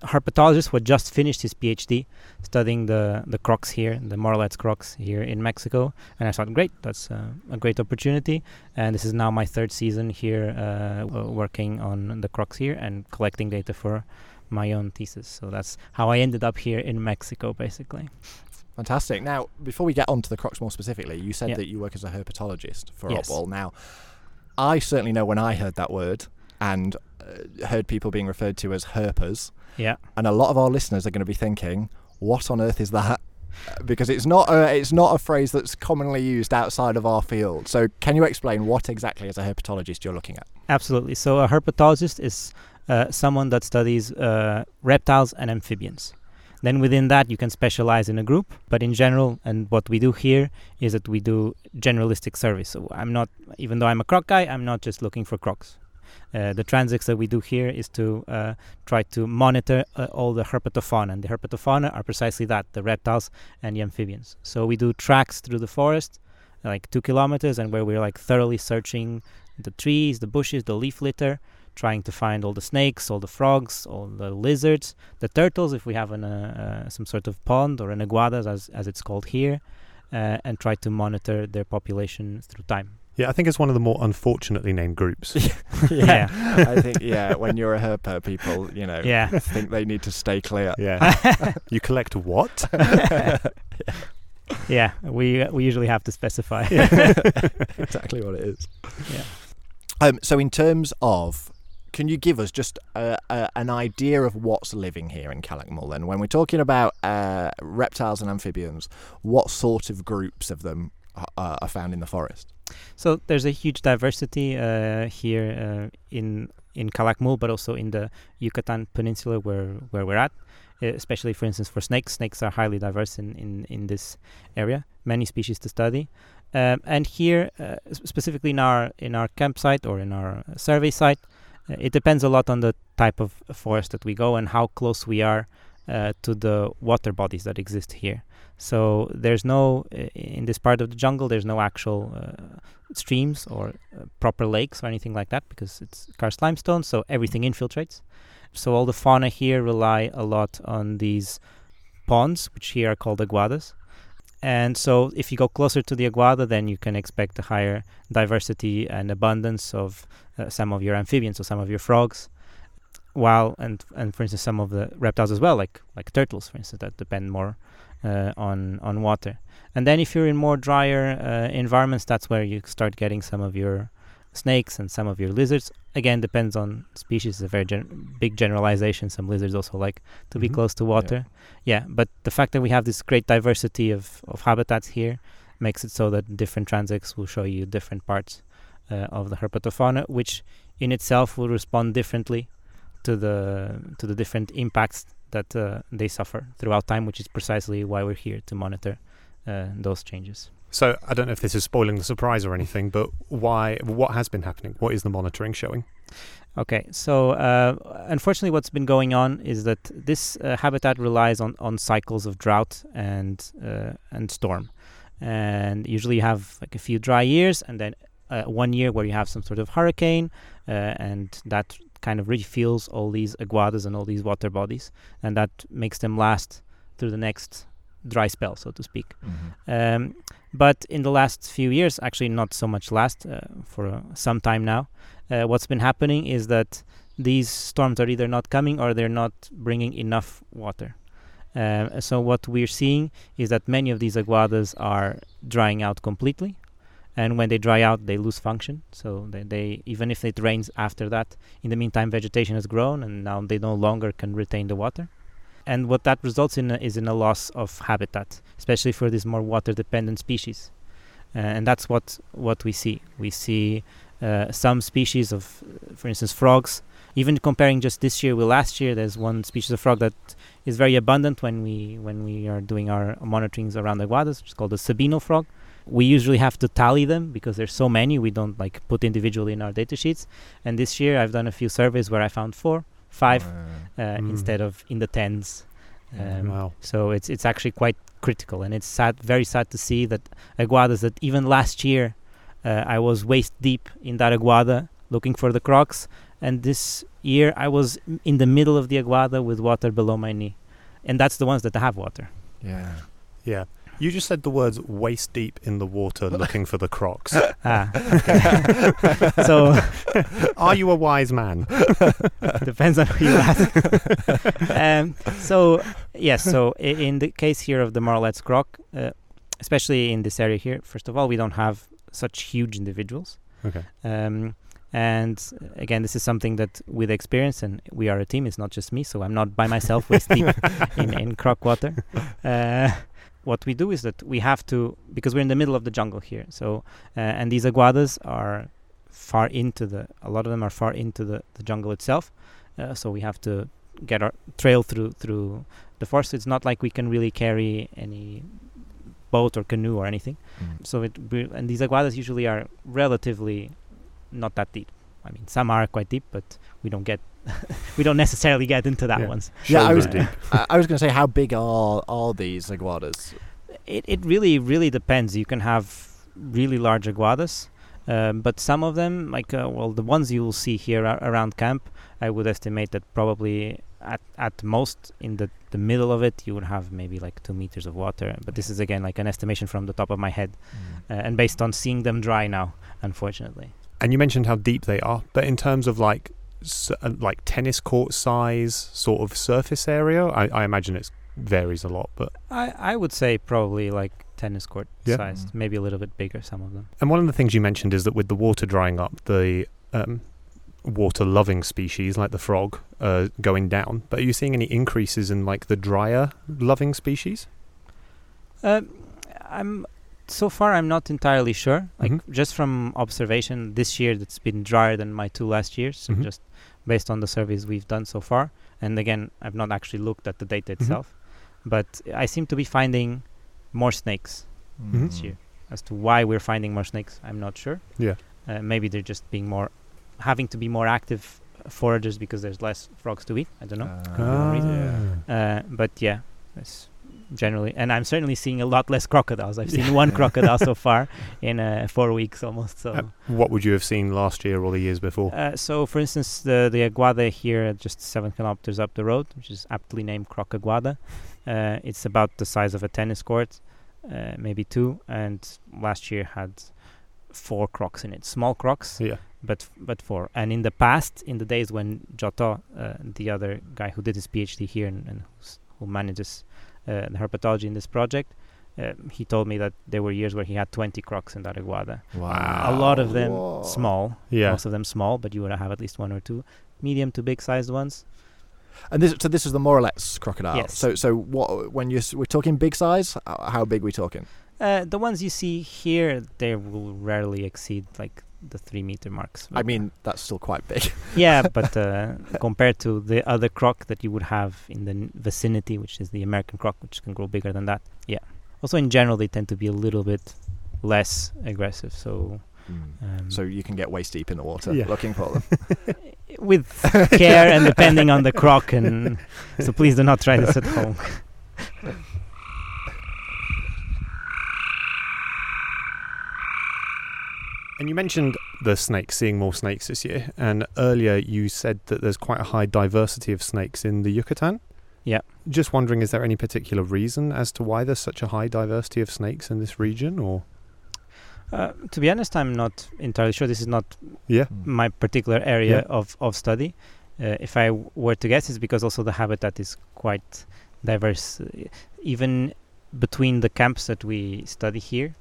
herpetologist who had just finished his PhD studying the, the crocs here, the Moralets crocs here in Mexico. And I thought, great, that's uh, a great opportunity. And this is now my third season here uh, w- working on the crocs here and collecting data for my own thesis. So that's how I ended up here in Mexico, basically.
Fantastic. Now, before we get on to the Crocs more specifically, you said
Yeah.
that you work as a herpetologist for
Yes.
Opal. Now, I certainly know when I heard that word and uh, heard people being referred to as herpers.
Yeah.
And a lot of our listeners are going to be thinking, "What on earth is that?" Uh, Because it's not a, it's not a phrase that's commonly used outside of our field. So, can you explain what exactly as a herpetologist you're looking at?
Absolutely. So a herpetologist is uh, someone that studies uh, reptiles and amphibians. Then within that, you can specialize in a group, but in general, and what we do here is that we do generalistic surveys. So I'm not, even though I'm a croc guy, I'm not just looking for crocs. Uh, the transects that we do here is to uh, try to monitor uh, all the herpetofauna, and the herpetofauna are precisely that: the reptiles and the amphibians. So we do tracks through the forest, like two kilometers, and where we're like thoroughly searching the trees, the bushes, the leaf litter, trying to find all the snakes, all the frogs, all the lizards, the turtles if we have an, uh, uh, some sort of pond or an aguadas as, as it's called here, uh, and try to monitor their population through time.
Yeah, I think it's one of the more unfortunately named groups.
Yeah.
I think yeah. When you're a herper, people you know
Yeah.
think they need to stay clear.
yeah. you collect what?
yeah, we we usually have to specify.
exactly what it is.
Yeah.
Um, so, in terms of, can you give us just uh uh an idea of what's living here in Calakmul? Then, when we're talking about uh, reptiles and amphibians, what sort of groups of them are, are found in the forest?
So there's a huge diversity uh, here uh, in in Calakmul, but also in the Yucatan Peninsula where where we're at. Uh, especially, for instance, for snakes. Snakes are highly diverse in in, in this area. Many species to study. Um, and here, uh, s- specifically in our in our campsite or in our survey site, uh, it depends a lot on the type of forest that we go and how close we are uh, to the water bodies that exist here. So there's no i- in this part of the jungle. There's no actual uh, streams or uh, proper lakes or anything like that because it's karst limestone, so everything infiltrates. So all the fauna here rely a lot on these ponds, which here are called aguadas. And so if you go closer to the aguada, then you can expect a higher diversity and abundance of uh, some of your amphibians or some of your frogs. While and and for instance some of the reptiles as well, like like turtles, for instance, that depend more uh, on on water. And then if you're in more drier uh, environments, that's where you start getting some of your snakes and some of your lizards. Again, depends on species. It's a very gen- big generalization. Some lizards also like to be
Mhm.
close to water. Yeah. but the fact that we have this great diversity of, of habitats here makes it so that different transects will show you different parts uh, of the herpetofauna, which in itself will respond differently to the to the different impacts that uh, they suffer throughout time, which is precisely why we're here to monitor uh, those changes.
So I don't know if this is spoiling the surprise or anything, but why? What has been happening? What is the monitoring showing?
Okay, so uh, unfortunately, what's been going on is that this uh, habitat relies on, on cycles of drought and uh, and storm, and usually you have like a few dry years and then uh, one year where you have some sort of hurricane, uh, and that kind of refuels all these aguadas and all these water bodies, and that makes them last through the next dry spell, so to speak. Um, but in the last few years, actually not so much last, uh, for uh, some time now, uh, what's been happening is that these storms are either not coming or they're not bringing enough water. Uh, so what we're seeing is that many of these aguadas are drying out completely. And when they dry out, they lose function. So they, they, even if it rains after that, in the meantime, vegetation has grown, and now they no longer can retain the water. And what that results in uh, is in a loss of habitat especially for these more water-dependent species. Uh, and that's what what we see. We see uh, some species of, uh, for instance, frogs even comparing just this year with last year, there's one species of frog that is very abundant when we when we are doing our monitorings around the Guadas, which is called the Sabino frog. We usually have to tally them because there's so many we don't like put individually in our data sheets. And this year I've done a few surveys where I found four, five uh,
Mm.
instead of in the tens. Um,
wow.
so it's it's actually quite critical, and it's sad, very sad to see that aguadas that even last year uh, I was waist deep in that aguada looking for the crocs, and this year I was m- in the middle of the aguada with water below my knee, and that's the ones that have water.
Yeah.
Yeah. You just said the words waist deep in the water looking for the crocs.
Ah, so
Are you a wise man?
depends on who you ask. um, so yes, so i- in the case here of the Marlette's croc, uh, especially in this area here, first of all, we don't have such huge individuals.
Okay.
Um, and uh, again, this is something that with experience, and we are a team, it's not just me, so I'm not by myself waist deep in, in croc water. Uh, what we do is that we have to, because we're in the middle of the jungle here, so, uh, and these aguadas are far into the, a lot of them are far into the, the jungle itself, uh, so we have to get our trail through through the forest. It's not like we can really carry any boat or canoe or anything.
Mm.
So it we- and these aguadas usually are relatively not that deep. I mean, some are quite deep, but we don't get we don't necessarily get into that
Yeah.
ones.
Yeah, I was-
Shoulder deep.
I, I was going to say, how big are are these iguanas?
It it really really depends. You can have really large aguadas, um, but some of them, like uh, well, the ones you will see here ar- around camp, I would estimate that probably at at most in the the middle of it you would have maybe like two meters of water. But this is again like an estimation from the top of my head, uh, and based on seeing them dry now, unfortunately.
And you mentioned how deep they are, but in terms of like s- uh, like tennis court size, sort of surface area, I, I imagine it varies a lot. But
I, I would say probably like tennis court
Yeah.
sized, maybe a little bit bigger, some of them.
and one of the things you mentioned is that with the water drying up, the um, water loving species like the frog uh, going down. But are you seeing any increases in like the drier loving species?
Um, I'm so far I'm not entirely sure. Like
Mhm.
just from observation, this year that's been drier than my two last years. So
Mhm.
just based on the surveys we've done so far, and again I've not actually looked at the data
Mhm.
itself, but I seem to be finding more snakes
Mm.
this year. As to why we're finding more snakes, I'm not sure.
Yeah.
Uh, maybe they're just being more, having to be more active foragers because there's less frogs to eat. Uh, I don't know. Ah.
Ah.
Uh, but yeah, that's generally. And I'm certainly seeing a lot less crocodiles. I've seen one crocodile so far in uh, four weeks almost. So,
Uh, what would you have seen last year or the years before?
uh, so for instance, the the aguada here, just seven kilometers up the road, which is aptly named Croc Aguada. Uh, it's about the size of a tennis court, uh, maybe two. And last year had four crocs in it, small crocs
yeah.
but but for and in the past in the days when Giotto, uh, the other guy who did his PhD here and, and who's, who manages uh, the herpetology in this project uh, he told me that there were years where he had 20 crocs in that aguada
Wow.
a lot of them
Whoa.
small
Yeah.
most of them small but you would have at least one or two medium to big sized ones
And this, so this is the Moralex crocodile.
Yes.
So, so what? When you we're talking big size, h- how big we talking?
uh, the ones you see here they will rarely exceed like the three meter marks
I mean, that's still quite big.
yeah, but uh, compared to the other croc that you would have in the n- vicinity, which is the American croc, which can grow bigger than that. Yeah. Also, in general, they tend to be a little bit less aggressive. So, um,
So you can get waist deep in the water
Mm. Yeah.
looking for them.
with care and depending on the croc, and so please do not try this at home.
And you mentioned the snakes, seeing more snakes this year. And earlier you said that there's quite a high diversity of snakes in the Yucatan.
Yeah.
Just wondering, is there any particular reason as to why there's such a high diversity of snakes in this region? Or
Uh, to be honest, I'm not entirely sure. This is not
yeah,
my particular area
Yeah.
of, of study. Uh, if I w- were to guess, it's because also the habitat is quite diverse. Uh, Even between the camps that we study here,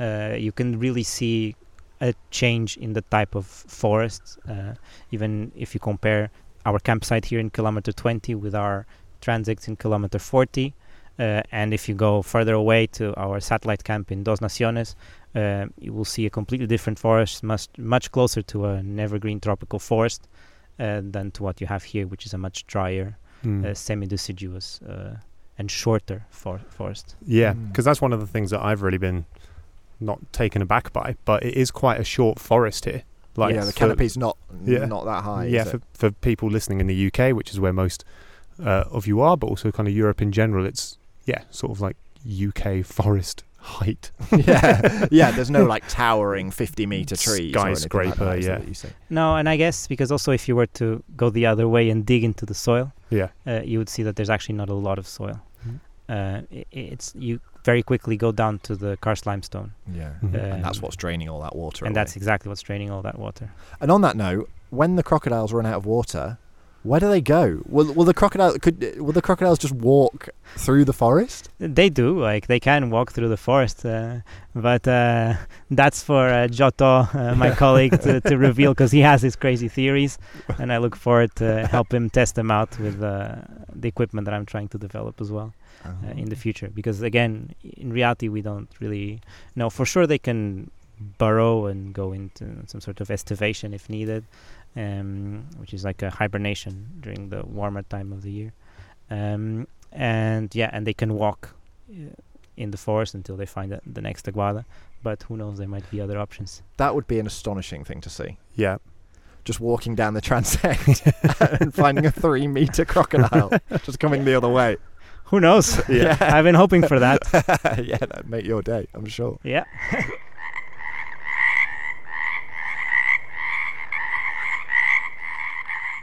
uh, you can really see a change in the type of forest. Uh, even if you compare our campsite here in kilometer 20 with our transects in kilometer 40, uh, and if you go further away to our satellite camp in Dos Naciones, uh, you will see a completely different forest, much much closer to an evergreen tropical forest, uh, than to what you have here, which is a much drier,
Hmm.
uh, semi-deciduous, uh, and shorter for- forest.
Yeah,
Hmm.
Mm.
because that's one of the things that I've really been not taken aback by. But it is quite a short forest here. Like
yeah, the
for-
canopy's not
Yeah.
not that high. is
yeah,
it?
for, for people listening in the UK, which is where most uh, of you are, but also kind of Europe in general, it's yeah, sort of like UK forest height.
yeah, yeah. There's no like towering 50 meter trees. or anything like
Skyscraper,
that, is that
yeah.
what you say?
No, and I guess because also if you were to go the other way and dig into the soil,
Yeah.
uh, you would see that there's actually not a lot of soil.
Hmm.
Mhm.
Uh, i it's you very quickly go down to the karst limestone,
Yeah.
Mhm.
Hmm. And that's
Um,
what's draining all that water.
and
away.
that's exactly what's draining all that water.
And on that note, when the crocodiles run out of water, where do they go? Will, will the crocodile could will the crocodiles just walk through the forest?
They do, like they can walk through the forest, uh, but uh, that's for uh, Giotto, uh, my colleague, to, to reveal because he has his crazy theories, and I look forward to help him test them out with uh, the equipment that I'm trying to develop as well uh,
Uh-huh.
in the future. Because again, in reality, we don't really know for sure. They can burrow and go into some sort of estivation if needed, um, which is like a hibernation during the warmer time of the year. Um, and yeah, and they can walk uh, in the forest until they find the, the next aguada. But who knows? There might be other options.
That would be an astonishing thing to see.
Yeah,
Just walking down the transect and finding a three meter crocodile just coming the other way.
Who knows?
Yeah.
I've been hoping for that.
yeah, that'd make your day, I'm sure.
Yeah.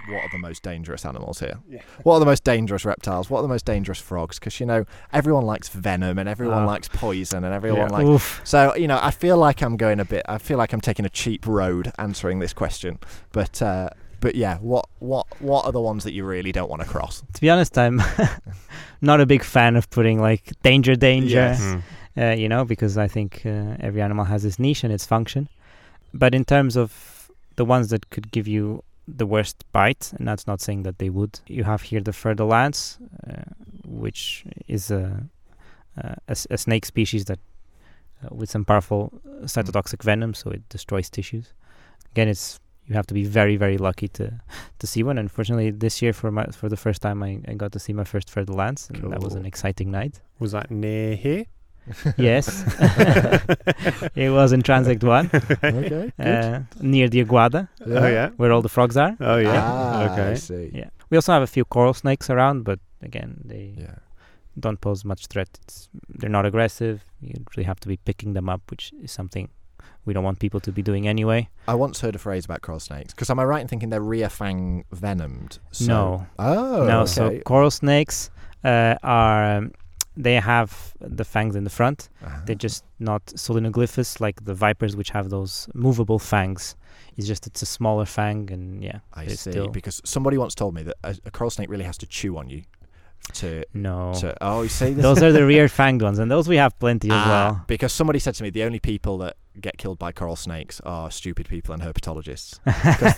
what are the most dangerous animals here? What are the most dangerous reptiles? What are the most dangerous frogs? Because you know everyone likes venom and everyone
Ah.
likes poison and
Yeah.
everyone likes.
Oof.
So you know, I feel like I'm going a bit. I feel like I'm taking a cheap road answering this question. But uh, but yeah, what what what are the ones that you really don't want to cross?
To be honest, I'm not a big fan of putting like danger, danger.
Yes.
Mm.
uh, you know, because I think uh, every animal has its niche and its function. But in terms of the ones that could give you the worst bite, and that's not saying that they would, you have here the fertile lance, uh, which is a, uh, a, s- a snake species that uh, with some powerful uh, cytotoxic venom, so it destroys tissues. Again, it's you have to be very, very lucky to, to see one. Unfortunately, this year for my for the first time, I, I got to see my first fertile lance, and that was
Cool.
an exciting night
was that near here?
yes, it was in Transact One,
okay.
uh, near the Aguada,
Oh yeah,
where all the frogs are.
oh yeah.
Ah, I
okay.
see.
Yeah, we also have a few coral snakes around, but again, they
Yeah.
don't pose much threat. It's, they're not aggressive. You really have to be picking them up, which is something we don't want people to be doing anyway.
I once heard a phrase about coral snakes. Because am I right in thinking they're rear fang venomed? So,
no,
Oh.
no.
Okay.
So coral snakes uh, are. Um, they have the fangs in the front,
Ah.
They're just not solenoglyphus like the vipers, which have those movable fangs. It's just it's a smaller fang, and yeah,
I
but it's
see.
still-
Because somebody once told me that a, a coral snake really has to chew on you to.
no.
to oh, you see this?
those are the rear fanged ones, and those we have plenty as
Ah,
well.
Because somebody said to me, the only people that get killed by coral snakes are stupid people and herpetologists. Because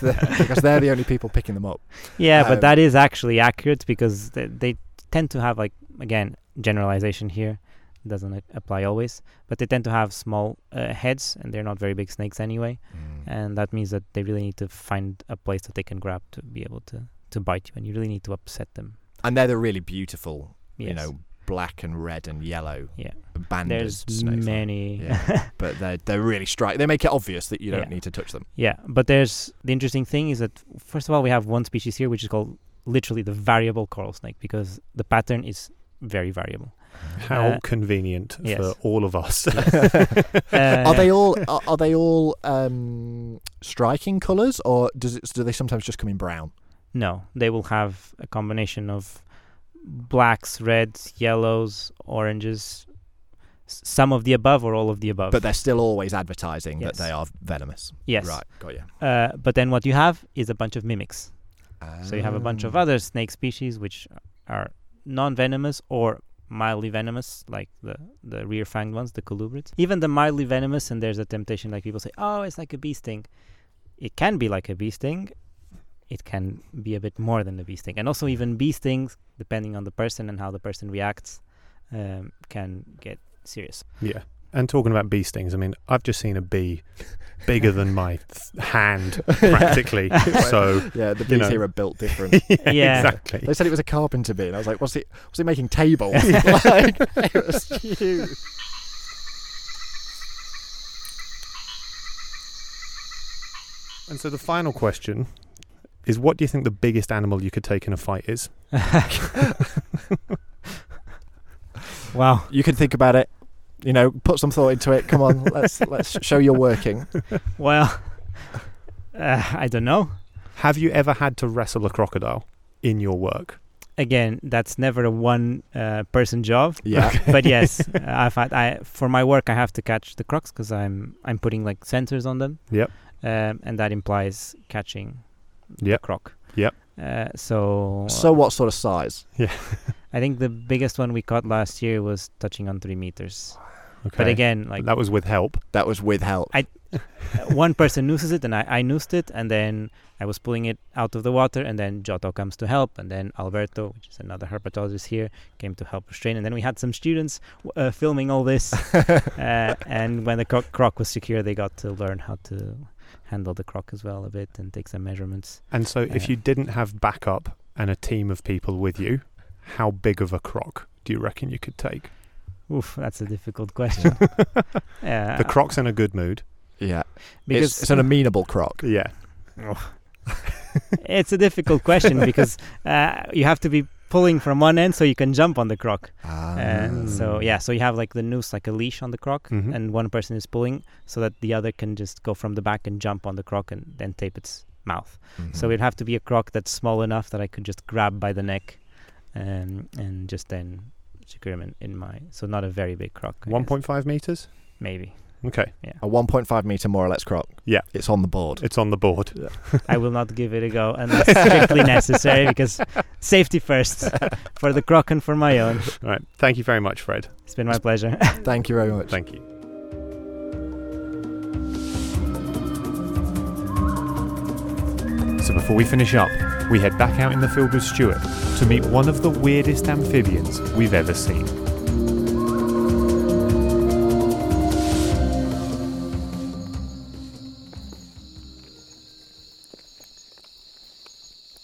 they're, because they're the only people picking them up.
Yeah,
Um,
but that is actually accurate because they, they tend to have like again generalization here doesn't a- apply always, but they tend to have small uh, heads, and they're not very big snakes anyway,
Mm.
and that means that they really need to find a place that they can grab to be able to to bite you, and you really need to upset them.
And they're the really beautiful, you
Yes.
know, black and red and yellow
Yeah.
banded
there's
snakes. aren't they?
many.
Yeah. But they're, they're really strike. They make it obvious that you don't
Yeah.
need to touch them.
Yeah, but there's the interesting thing is that first of all we have one species here which is called literally the variable coral snake because the pattern is very variable.
How
Uh,
convenient for
yes.
all of us.
Are
Uh,
they all are, are they all um, striking colours, or does it, do they sometimes just come in brown?
No, they will have a combination of blacks, reds, yellows, oranges, s- some of the above or all of the above.
But they're still always advertising
Yes.
that they are venomous.
yes,
Right. Got you.
Uh, but then what you have is a bunch of mimics. So you have a bunch of
Ah.
other snake species which are non-venomous or mildly venomous, like the the rear fanged ones, the colubrids. Even the mildly venomous, and there's a temptation, like people say, "Oh, it's like a bee sting." It can be like a bee sting. It can be a bit more than a bee sting, and also even bee stings, depending on the person and how the person reacts, um, can get serious.
yeah, and talking about bee stings, I mean, I've just seen a bee bigger than my th- hand practically. so
Yeah, the bees
You know.
here are built different.
Yeah.
exactly.
they said it was a carpenter bee, and I was like, "What's it? Was it making tables?" like, it was huge.
And so the final question is what do you think the biggest animal you could take in a fight is?
wow.
You can think about it. You know, put some thought into it. Come on, let's let's show you're working.
Well, uh, I don't know.
Have you ever had to wrestle a crocodile in your work?
Again, that's never a one uh, person job.
Yeah,
but yes, uh, I've had I for my work I have to catch the crocs because I'm I'm putting like sensors on them.
Yep.
Um, and that implies catching
Yep.
the croc.
Yep.
Uh, so
So what sort of size?
I think the biggest one we caught last year was touching on three meters.
Okay.
But again, like
that was with help.
That was with help.
one person nooses it and I, I noosed it and then I was pulling it out of the water and then Giotto comes to help and then Alberto, which is another herpetologist here, came to help restrain and then we had some students w- uh, filming all this uh, and when the cro- croc was secure they got to learn how to handle the croc as well a bit and take some measurements.
And so if
Yeah.
you didn't have backup and a team of people with you, how big of a croc do you reckon you could take?
Oof, that's a difficult question. yeah,
The croc's in a good mood.
Yeah,
because
it's, it's an amenable croc.
Yeah.
it's a difficult question because uh, you have to be pulling from one end so you can jump on the croc. And Uh, so
Ah.
yeah, so you have like the noose, like a leash on the croc,
Mhm.
and one person is pulling so that the other can just go from the back and jump on the croc and then tape its mouth. So
Mm-hmm.
it'd have to be a croc that's small enough that I could just grab by the neck, and and just then secure him in, in my. So not a very big croc. I
One
guess.
point five meters?
maybe.
Okay.
a 1.5 meter more or less croc.
Yeah.
it's on the board.
It's on the board.
I will not give it a go unless strictly necessary because safety first for the croc and for my own.
All right. Thank you very much, Fred.
It's been my pleasure.
Thank you very much.
Thank you. So before we finish up, we head back out in the field with Stuart to meet one of the weirdest amphibians we've ever seen.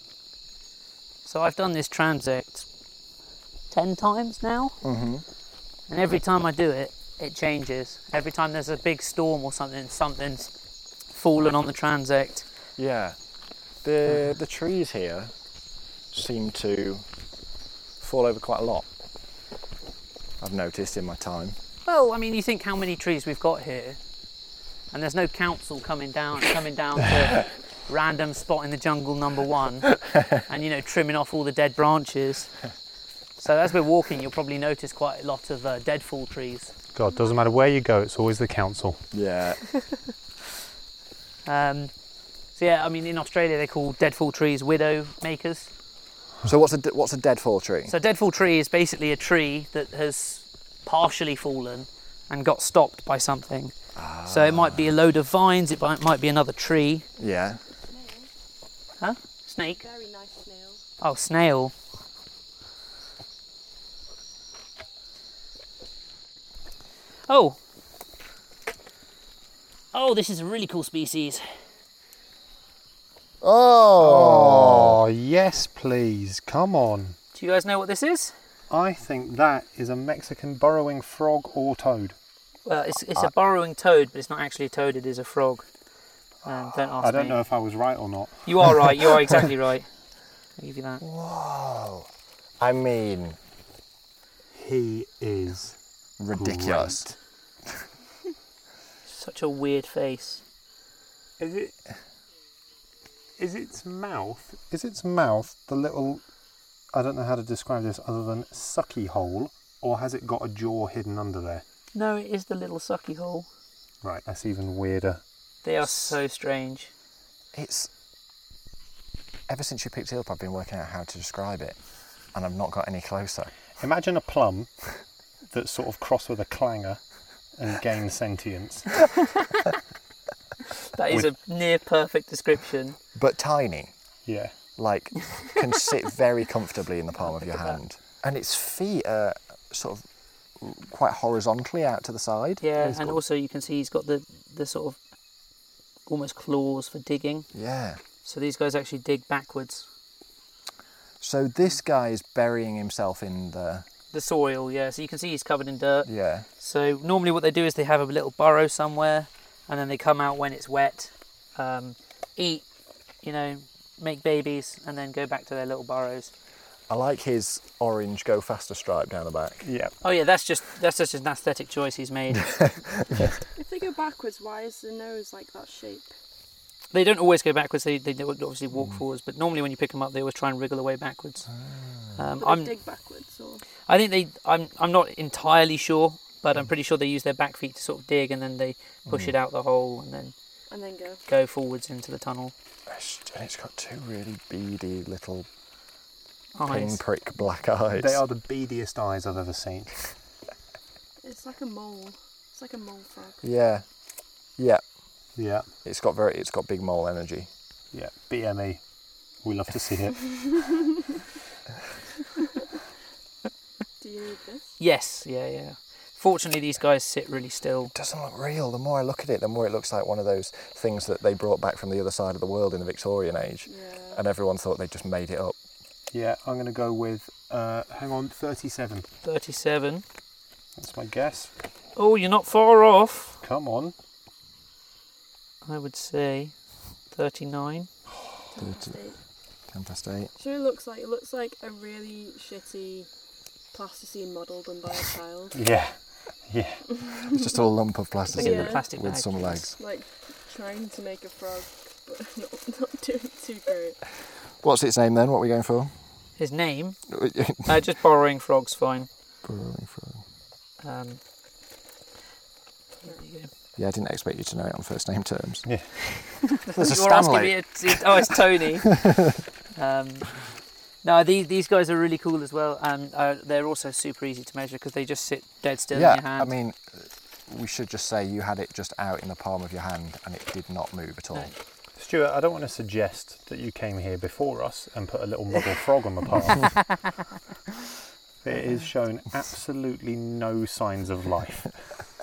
So I've done this transect 10 times now,
Mm-hmm.
and every time I do it, it changes. Every time there's a big storm or something, something's fallen on the transect.
Yeah. The the trees here seem to fall over quite a lot. I've noticed in my time.
Well, I mean, you think how many trees we've got here, and there's no council coming down, coming down to random spot in the jungle number one, and you know trimming off all the dead branches. So as we're walking, you'll probably notice quite a lot of uh, dead fall trees.
God, doesn't matter where you go, it's always the council.
Yeah.
Um, so yeah, I mean, in Australia they call deadfall trees widow makers.
So what's a d- what's a deadfall tree?
So a deadfall tree is basically a tree that has partially fallen and got stopped by something. So it might be a load of vines, it might, might be another tree,
yeah.
snake. Oh, snail. Oh. Oh, this is a really cool species.
Oh.
Oh, yes, please. Come on.
Do you guys know what this is?
I think that is a Mexican burrowing frog or toad.
Well, it's, it's a burrowing toad, but it's not actually a toad, it is a frog. Um, don't ask
I don't
me.
know if I was right or not.
You are right, you are exactly right. I'll give you that.
I mean,
He is.
ridiculous.
Such a weird face.
Is it? Is its mouth? Is its mouth the little? I don't know how to describe this other than sucky hole, or has it got a jaw hidden under there?
No, it is the little sucky hole.
Right, that's even weirder.
They are so strange.
It's ever since you picked it up, I've been working out how to describe it, and I've not got any closer.
Imagine a plum that's sort of crossed with a clanger and gained sentience.
That is a near perfect description.
But tiny,
Yeah.
like can sit very comfortably in the palm of your hand, and its feet are sort of quite horizontally out to the side.
Yeah,
He's
and
got-
also you can see he's got the, the sort of almost claws for digging.
yeah.
So these guys actually dig backwards.
So this guy is burying himself in the
The soil, yeah. So you can see he's covered in dirt.
yeah.
So normally what they do is they have a little burrow somewhere, and then they come out when it's wet, um, eat, you know, make babies, and then go back to their little burrows.
I like his orange go faster stripe down the back.
Yeah.
Oh yeah, that's just that's just an aesthetic choice he's made.
If they go backwards, why is the nose like that shape?
they don't always go backwards. They they do obviously walk forwards, but normally when you pick them up, they always try and wriggle away backwards. Um,
But they
I'm
dig backwards, or
I think they I'm I'm not entirely sure, but I'm pretty sure they use their back feet to sort of dig, and then they push it out the hole, and then
and then go.
go forwards into the tunnel.
It's- And it's got two really beady little
Eyes.
pinprick black eyes.
They are the beadiest eyes I've ever seen.
It's like a mole. It's like a mole frog.
Yeah. Yeah.
Yeah,
It's got very it's got big mole energy.
yeah. BME. We love to see it.
Do you need this?
Yes, yeah, yeah. Fortunately, these guys sit really still.
Doesn't look real. The more I look at it, the more it looks like one of those things that they brought back from the other side of the world in the Victorian age.
Yeah.
Uh,
And everyone thought they just made it up.
yeah, I'm going to go with, uh, hang on, 37.
Thirty-seven.
That's my guess.
Oh, you're not far off.
Come on.
I would say thirty-nine.
Don't have to.
Ten past eight.
So it looks like it looks like a really shitty plasticine model done by a child.
Yeah, yeah.
It's just a lump of
They're
plasticine
in the
Yeah.
plastic
with
bag.
some legs.
like trying to make a frog, but not, not doing too great.
What's its name then? What are we going for?
His name? Uh, just borrowing frogs, fine. Um, there you go.
Yeah, I didn't expect you to know it on first name terms.
Yeah.
There's a
You're asking me.
Stanley.
It's, it's, oh, it's Tony. um, no, these these guys are really cool as well, and uh, they're also super easy to measure because they just sit dead still in
Yeah,
your hand.
I mean, we should just say you had it just out in the palm of your hand and it did not move at all.
No.
Stuart, I don't want to suggest that you came here before us and put a little model frog on the path. it is shown absolutely no signs of life.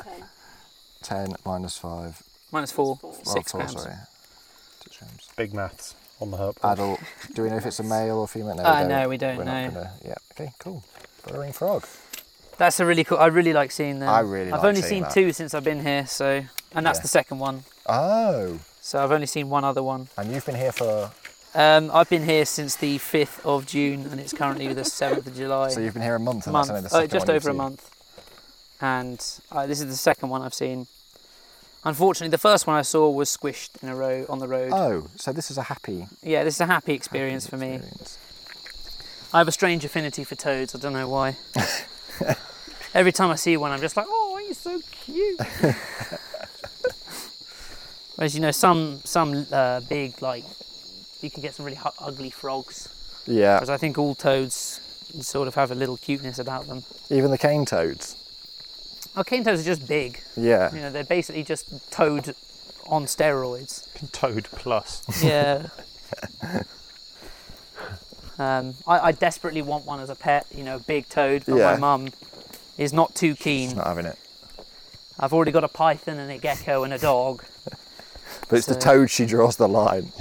Ten.
Ten minus five.
minus four,
Four.
oh,
six
four,
grams.
sorry. Six grams.
Big maths on the herp.
Adult. Do we know if it's a male or female? No,
Uh,
we
no, we don't
We're not
know.
gonna- yeah. Okay. Cool. Burrowing frog.
That's a really cool. I really like seeing them.
I really
I've
like
only seen
seeing that.
two since I've been here, so and that's
Yeah.
the second one.
Oh,
So I've only seen one other one.
and you've been here for.
Um, I've been here since the fifth of June, and it's currently the seventh of July.
So you've been here a month, and
month,
that's only the
uh,
second
just
one you've
over a
seen.
month, and uh, this is the second one I've seen. Unfortunately, the first one I saw was squished in a row on the road.
Oh, so this is a happy
yeah, this is a happy experience
happy
for me.
experience.
I have a strange affinity for toads. I don't know why. Every time I see one, I'm just like, oh, he's so cute. Whereas you know, some some uh, big like you can get some really hu- ugly frogs.
Yeah,
Uh.
Because I think all toads sort of have a little cuteness about them.
even the cane toads.
Oh, cane toads are just big.
Yeah,
You know, they're basically just toad on steroids.
Toad plus.
Yeah. um, I, I desperately want one as a pet, you know, big toad, but
Yeah.
my mum is not too keen.
not having it.
I've already got a python and a gecko and a dog.
But it's the
So-
toad she draws the line.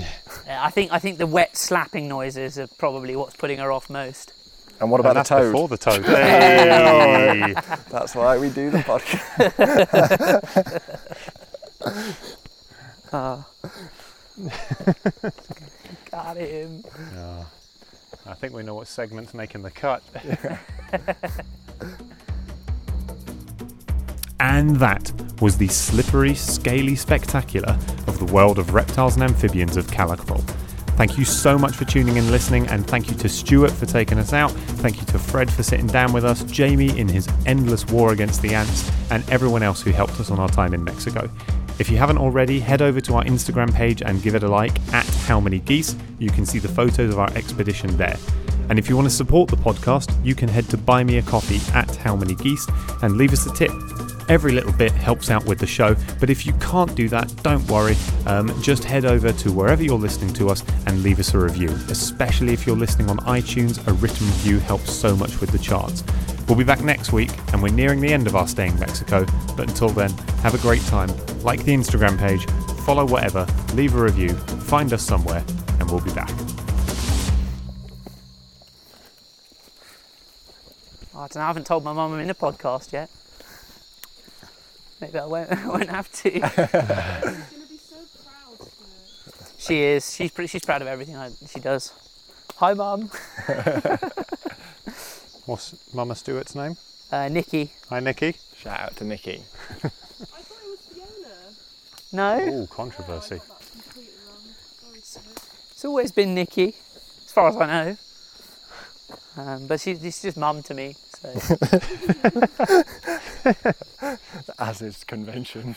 Uh, I think I think the wet slapping noises are probably what's putting her off most.
And what
And
about
that's
the toad?
before the toad.
That's why we do the podcast.
Ah. Got him.
Yeah. I think we know what segment's making the cut.
And that was the slippery, scaly spectacular of the world of reptiles and amphibians of Calakpul. Thank you so much for tuning and listening, and thank you to Stuart for taking us out. Thank you to Fred for sitting down with us, Jamie in his endless war against the ants, and everyone else who helped us on our time in Mexico. If you haven't already, head over to our Instagram page and give it a like at How Many Geese. You can see the photos of our expedition there. And if you want to support the podcast, you can head to buy me a coffee at How Many Geese and leave us a tip. Every little bit helps out with the show, but if you can't do that, don't worry. Um, just head over to wherever you're listening to us and leave us a review. Especially if you're listening on iTunes, a written review helps so much with the charts. We'll be back next week, and we're nearing the end of our stay in Mexico. But until then, have a great time. Like the Instagram page, follow whatever, leave a review, find us somewhere, and we'll be back.
Oh, I, don't know, I haven't told my mum I'm in a podcast yet. Maybe I won't, I won't have to. she is. She's pretty, she's proud of everything I, she does. Hi, mum.
What's Mama Stewart's name?
Uh, Nikki.
Hi, Nikki.
Shout out to Nikki.
I thought it was Fiona.
No,
Oh, controversy.
Oh, I got that completely wrong. Sorry, Stuart.
it's always been Nikki, as far as I know. Um, but she, she's just mum to me. So
As is convention.